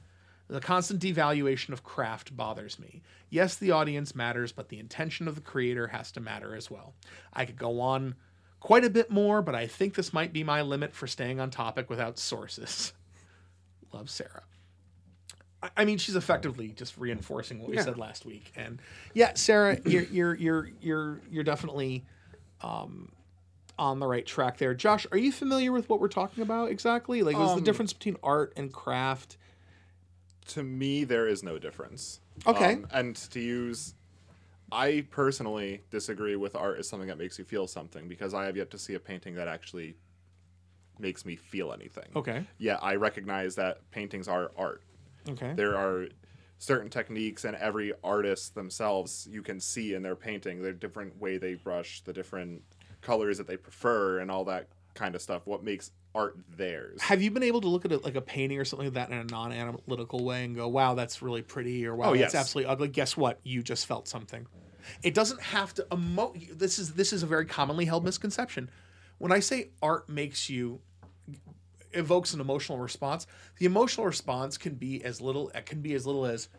The constant devaluation of craft bothers me. Yes, the audience matters, but the intention of the creator has to matter as well. I could go on quite a bit more, but I think this might be my limit for staying on topic without sources. [laughs] Love Sarah. I- I mean, she's effectively just reinforcing what we said last week, and yeah, Sarah, [clears throat] you're you're you're you're you're definitely um, on the right track there. Josh, are you familiar with what we're talking about exactly? Like, what's the difference between art and craft?
to me there is no difference
Okay.
Um, and to use i personally disagree with art as something that makes you feel something because i have yet to see a painting that actually makes me feel anything
Okay.
yeah i recognize that paintings are art
Okay.
there are certain techniques and every artist themselves you can see in their painting the different way they brush the different colors that they prefer and all that kind of stuff what makes art theirs
Have you been able to look at it like a painting or something like that in a non-analytical way and go, "Wow, that's really pretty," or "Wow,
Oh,
that's
yes.
absolutely ugly"? Guess what? You just felt something. It doesn't have to emo. This is this is a very commonly held misconception. When I say art makes you evokes an emotional response, the emotional response can be as little it can be as little as,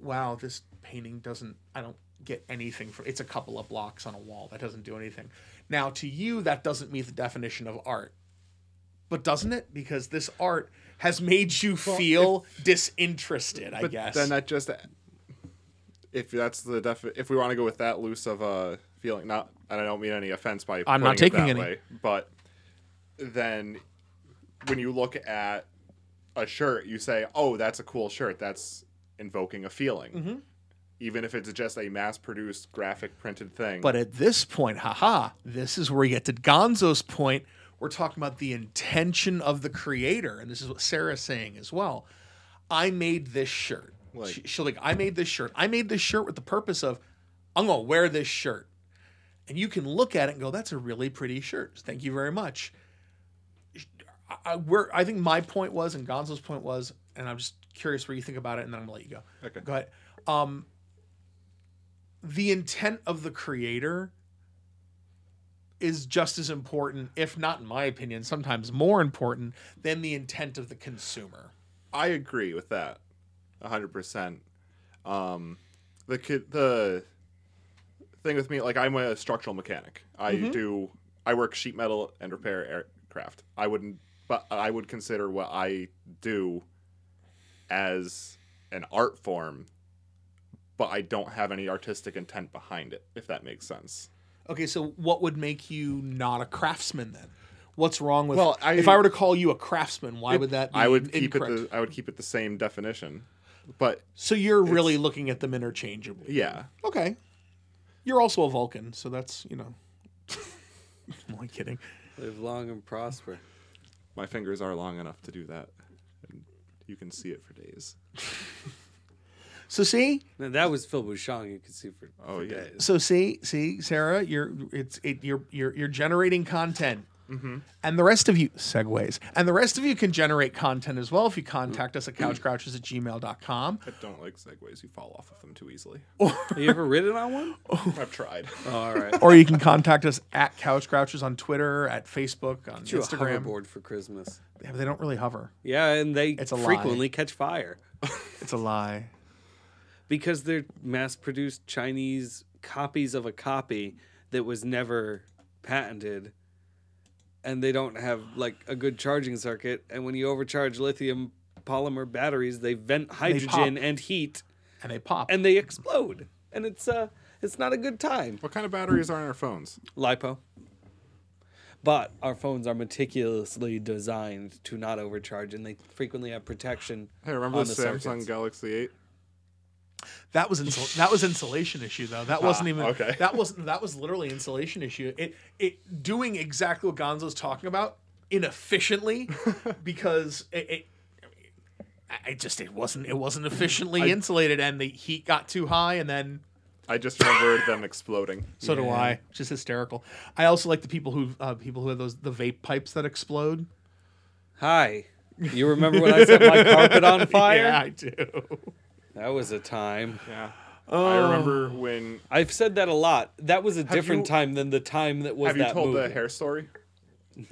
"Wow, this painting doesn't. I don't get anything from. It's a couple of blocks on a wall that doesn't do anything." Now, to you, that doesn't meet the definition of art but doesn't it? Because this art has made you feel disinterested. I
But
guess.
Then that just if that's the defi- if we want to go with that loose of a feeling, not and I don't mean any offense by
I'm not
putting it
taking
that
any.
way, but then when you look at a shirt, you say, "Oh, that's a cool shirt. That's invoking a feeling."
Mm-hmm.
Even if it's just a mass-produced graphic printed thing,
but at this point, haha, this is where we get to Gonzo's point. We're talking about the intention of the creator, and this is what Sarah's saying as well. I made this shirt.
Like-
she, she'll like, I made this shirt. I made this shirt with the purpose of, I'm gonna wear this shirt, and you can look at it and go, that's a really pretty shirt. Thank you very much. I- I, we're, I think my point was, and Gonzo's point was, and I'm just curious where you think about it, and then I'm gonna let you go.
Okay.
Go ahead. Um, the intent of the creator is just as important, if not, in my opinion, sometimes more important than the intent of the consumer.
I agree with that, hundred percent. Um, the ki- the thing with me, like I'm a structural mechanic. I do I work sheet metal and repair aircraft. I wouldn't but I would consider what I do as an art form, but I don't have any artistic intent behind it, if that makes sense.
Okay, so what would make you not a craftsman then? What's wrong with?
Well, I-
if I were to call you a craftsman, why would that? Be
I would keep
Mm, incorrect?
it the I would keep it the same definition. But
so you're really looking at them interchangeably.
yeah.
Okay. You're also a Vulcan, so that's you know. [laughs] I'm only kidding.
Live long and prosper.
My fingers are long enough to do that. And you can see it for days.
So see,
Now, that was Phil Bouchon. You could see for
Oh
for
yeah.
days.
so see, see, Sarah, you're it's it you're you're you're generating content. And the rest of you segues. And the rest of you can generate content as well if you contact us at couchcrouches at gmail.com.
I don't like segues. You fall off of them too easily.
You ever ridden on one?
[laughs] I've tried.
Oh, [laughs] all right.
or you can contact us at couchcrouches on Twitter, at Facebook, on
You
[laughs]
a
Instagram.
hoverboard for Christmas.
Yeah, but they don't really hover.
Yeah, and they
It's a lie.
frequently catch fire
It's a lie.
because they're mass-produced Chinese copies of a copy that was never patented, and they don't have like a good charging circuit. And when you overcharge lithium polymer batteries, they vent hydrogen
pop.
and heat,
And they pop.
and they explode. And it's uh, it's not a good time.
[laughs] what kind of batteries are in our phones?
Lipo. But our phones are meticulously designed to not overcharge, and they frequently have protection.
Hey, remember
on
the,
the
Samsung
circuits.
Galaxy 8?
That was insul- that was insulation issue though. That wasn't even [laughs]
okay.
that wasn't that was literally insulation issue. It it doing exactly what Gonzo's talking about [laughs] inefficiently because it, it I- I just it wasn't it wasn't efficiently insulated and the heat got too high and then
I just remembered them exploding.
so do I. It's Just hysterical. I also like the people who uh, people who have those the vape pipes that explode.
Hi. You remember when I set my carpet
[laughs]
on fire?
Yeah, I do.
That was a time.
Yeah.
Oh.
I remember when
I've said that a lot. That was a different
you-
time than the time that was
have you
that
told the
movie.
hair story?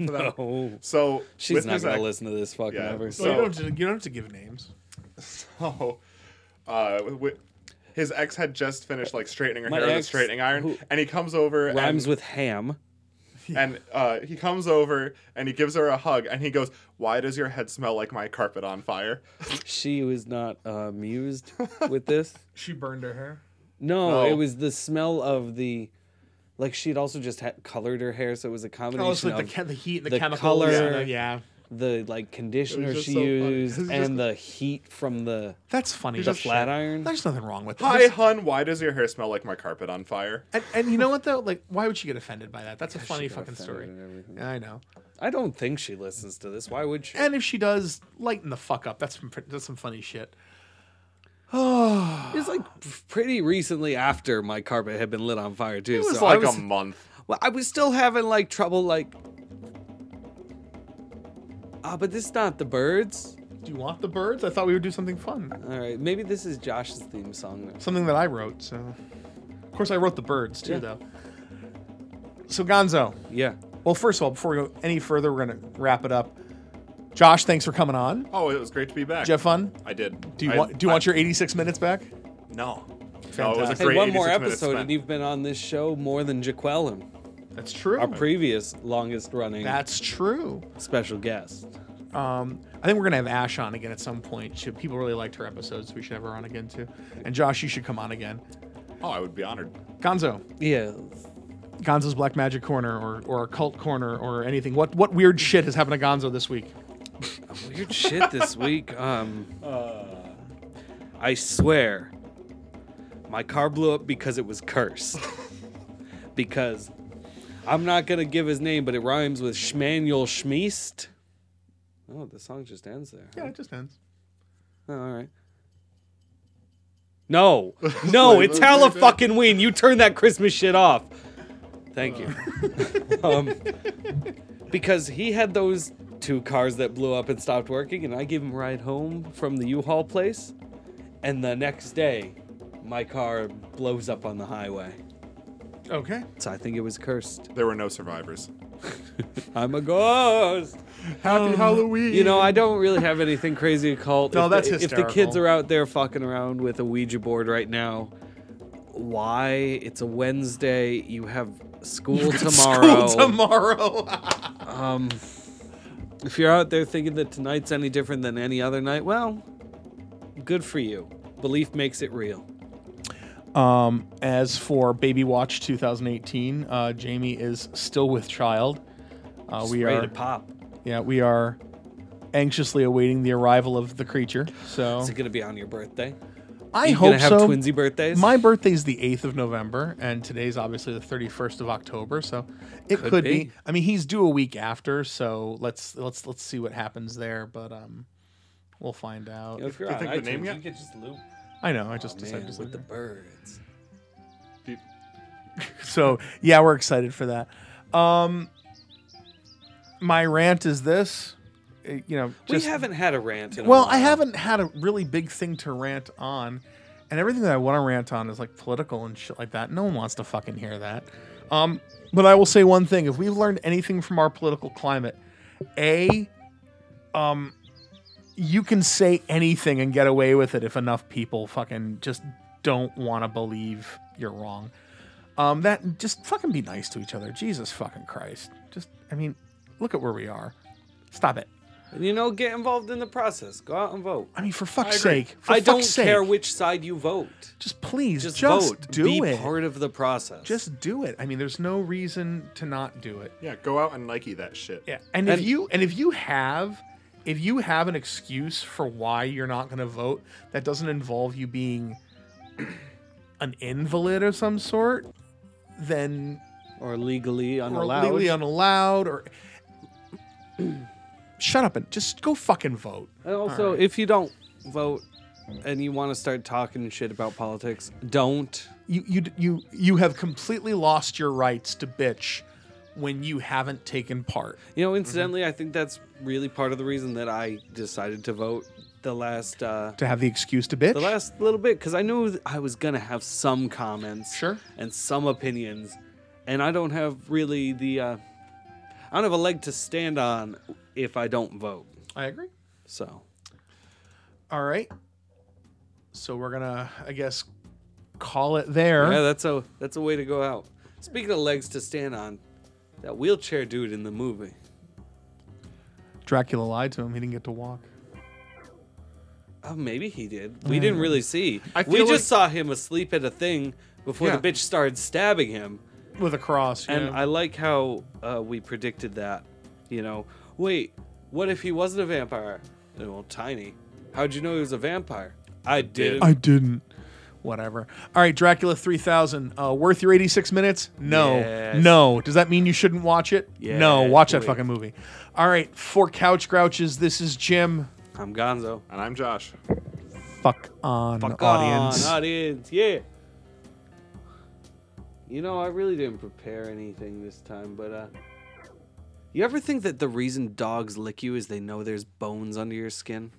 oh,
So
she's
with
not gonna
Mazak-
listen to this fucking
Yeah. Oh,
ever.
So, you
So-
don't have to, you don't have to give names.
[laughs] Oh, uh, wi- his ex had just finished like straightening her
My
hair with a
ex
straightening iron,
who-
and he comes over
Rhymes
and,
with ham.
and uh, he comes over and he gives her a hug, and he goes, "Why does your head smell like my carpet
[laughs]
on fire?"
She was not uh,
[laughs]
amused with this.
She burned her hair.
No,
No.
it was the smell of the, like she'd also just ha- colored her hair, so it was a combination
Oh, it's like the,
of
chem- the heat and the,
the
chemicals.
color.
Yeah. yeah.
the like conditioner
just
she
so funny. [laughs]
used
It was
and
just-
the heat from the
That's funny.
the
shit.
flat iron.
There's nothing wrong with that.
Hi, hun. Why does your hair smell like my carpet on fire?
And, and you know what though? Like, why would she get offended by that? That's a funny
got
fucking
offended
story.
and everything.
I know.
I don't think she listens to this. Why would she?
And if she does, lighten the fuck up. That's some, pre- that's some funny shit.
It's like pretty recently after my carpet had been lit on fire too.
It was
so
like
I was,
a month.
well, I was still having like trouble like. Ah, but this is not the birds.
Do you want the birds? I thought we would do something fun,
All right, maybe this is Josh's theme song. now.
something that I wrote. So, of course, I wrote the birds too,
Yeah.
though. So Gonzo.
Yeah,
Well, first of all, before we go any further, we're gonna wrap it up. Josh, thanks for coming on. Did
Oh, it was great to be back.
you have fun?
I did.
Do you
I-
want Do you want your 86 minutes back?
I, no? No, it was a
Fantastic.
hey,
great
one more
86 minutes
episode,
spent.
and you've been on this show more than Jaqueline,
That's true.
our previous longest running
That's true.
special guest.
Um, I think we're gonna have Ash on again at some point. She, people really liked her episodes. We should have her on again too. And Josh, you should come on again.
Oh, I would be honored.
Gonzo,
Yeah,
Gonzo's Black Magic Corner or or Cult Corner or anything. What what weird shit has happened to Gonzo this week?
weird shit this week. Um, I swear, my car blew up because it was cursed. because I'm not gonna give his name, but it rhymes with Schmanuel Schmiest. Oh, the song just ends there.
Yeah, it just ends.
Oh, all right. No, no, it's hella fucking ween. You turn that Christmas shit off. Thank you. [laughs] um, because he had those two cars that blew up and stopped working, and I gave him a ride home from the U-Haul place, and the next day, my car blows up on the highway.
Okay.
So I think it was cursed.
There were no survivors.
I'm a ghost.
Happy Halloween.
Um,
[laughs]
You know, I don't really have anything crazy occult.
No,
if
that's
the, If the kids
hysterical.
are out there fucking around with a Ouija board right now, why? It's a Wednesday. You have school
[laughs]
tomorrow.
School tomorrow.
Um, If you're out there thinking that tonight's any different than any other night, well, good for you. Belief makes it real.
Um, as for Baby Watch 2018, uh, Jamie is still with child. Uh, we
Ready
are,
to pop.
yeah, we are anxiously awaiting the arrival of the creature. So
Is it gonna be on your birthday?
I
you
hope
gonna have
so.
twinsy birthdays?
My birthday's the 8th of November, and today's obviously the 31st of October, so it could,
Could
be.
be.
I mean, he's due a week after, so let's let's let's see what happens there, but um, we'll find out.
If you're
Do you
on
think the name
iTunes,
yet?
you could just loop.
I know. I just
Oh,
decided
man,
to
with the
say
birds.
Dude,
that. So yeah, we're excited for that. Um, my rant is this. uh, You know, just
we haven't had a rant. In a
well,
while.
I haven't had a really big thing to rant on, and everything that I want to rant on is like political and shit like that. No one wants to fucking hear that. Um, but I will say one thing: if we've learned anything from our political climate, a, um, you can say anything and get away with it if enough people fucking just don't want to believe you're wrong. Um, that just fucking be nice to each other. Jesus fucking Christ! Just, I mean, look at where we are. Stop it.
You know, get involved in the process. Go out and vote.
I mean, for
I
fuck's
agree.
sake. For
I
fuck's
don't
sake.
care which side you vote.
Just please,
Just,
just,
vote.
do
Be
it.
part of the process.
Just do it. I mean, there's no reason to not do it.
yeah, go out and Nike that shit.
Yeah. And,
And-
if you and if you have if you have an excuse for why you're not going to vote that doesn't involve you being [clears throat] an invalid of some sort, then
or legally
or
unallowed.
legally unallowed or [clears throat] shut up and just go fucking vote.
And also, if you don't vote and you want to start talking shit about politics, don't.
you you you you have completely lost your rights to bitch when you haven't taken part.
You know, incidentally,
Mm-hmm.
I think that's really part of the reason that I decided to vote the last uh,
To have the excuse to bitch.
the last little bit because I knew th- I was gonna have some comments,
Sure.
and some opinions, and I don't have really the uh, I don't have a leg to stand on if I don't vote.
I agree.
So
All right. So we're gonna, I guess, call it there.
yeah, that's a that's a way to go out. Speaking of legs to stand on, that wheelchair dude in the movie.
Dracula lied to him. He didn't get to walk.
Oh, maybe he did. We didn't really see.
Mm. I
We
feel
just saw
like-
him asleep at a thing before
Yeah.
the bitch started stabbing him.
With a cross.
And
yeah.
I like how uh, we predicted that. You know, wait, what if he wasn't a vampire? And, Well, Tiny, how'd you know he was a vampire? I did.
I didn't. Whatever. All right, Dracula 3000. Uh, worth your 86 minutes? No.
Yes.
No. Does that mean you shouldn't watch it? no.
Yes,
Watch that
wait.
fucking movie. All right, for Couch Grouches, this is Jim.
I'm Gonzo.
And I'm Josh.
Fuck on,
Fuck on,
audience.
audience, yeah. You know, I really didn't prepare anything this time, but uh, you ever think that the reason dogs lick you is they know there's bones under your skin?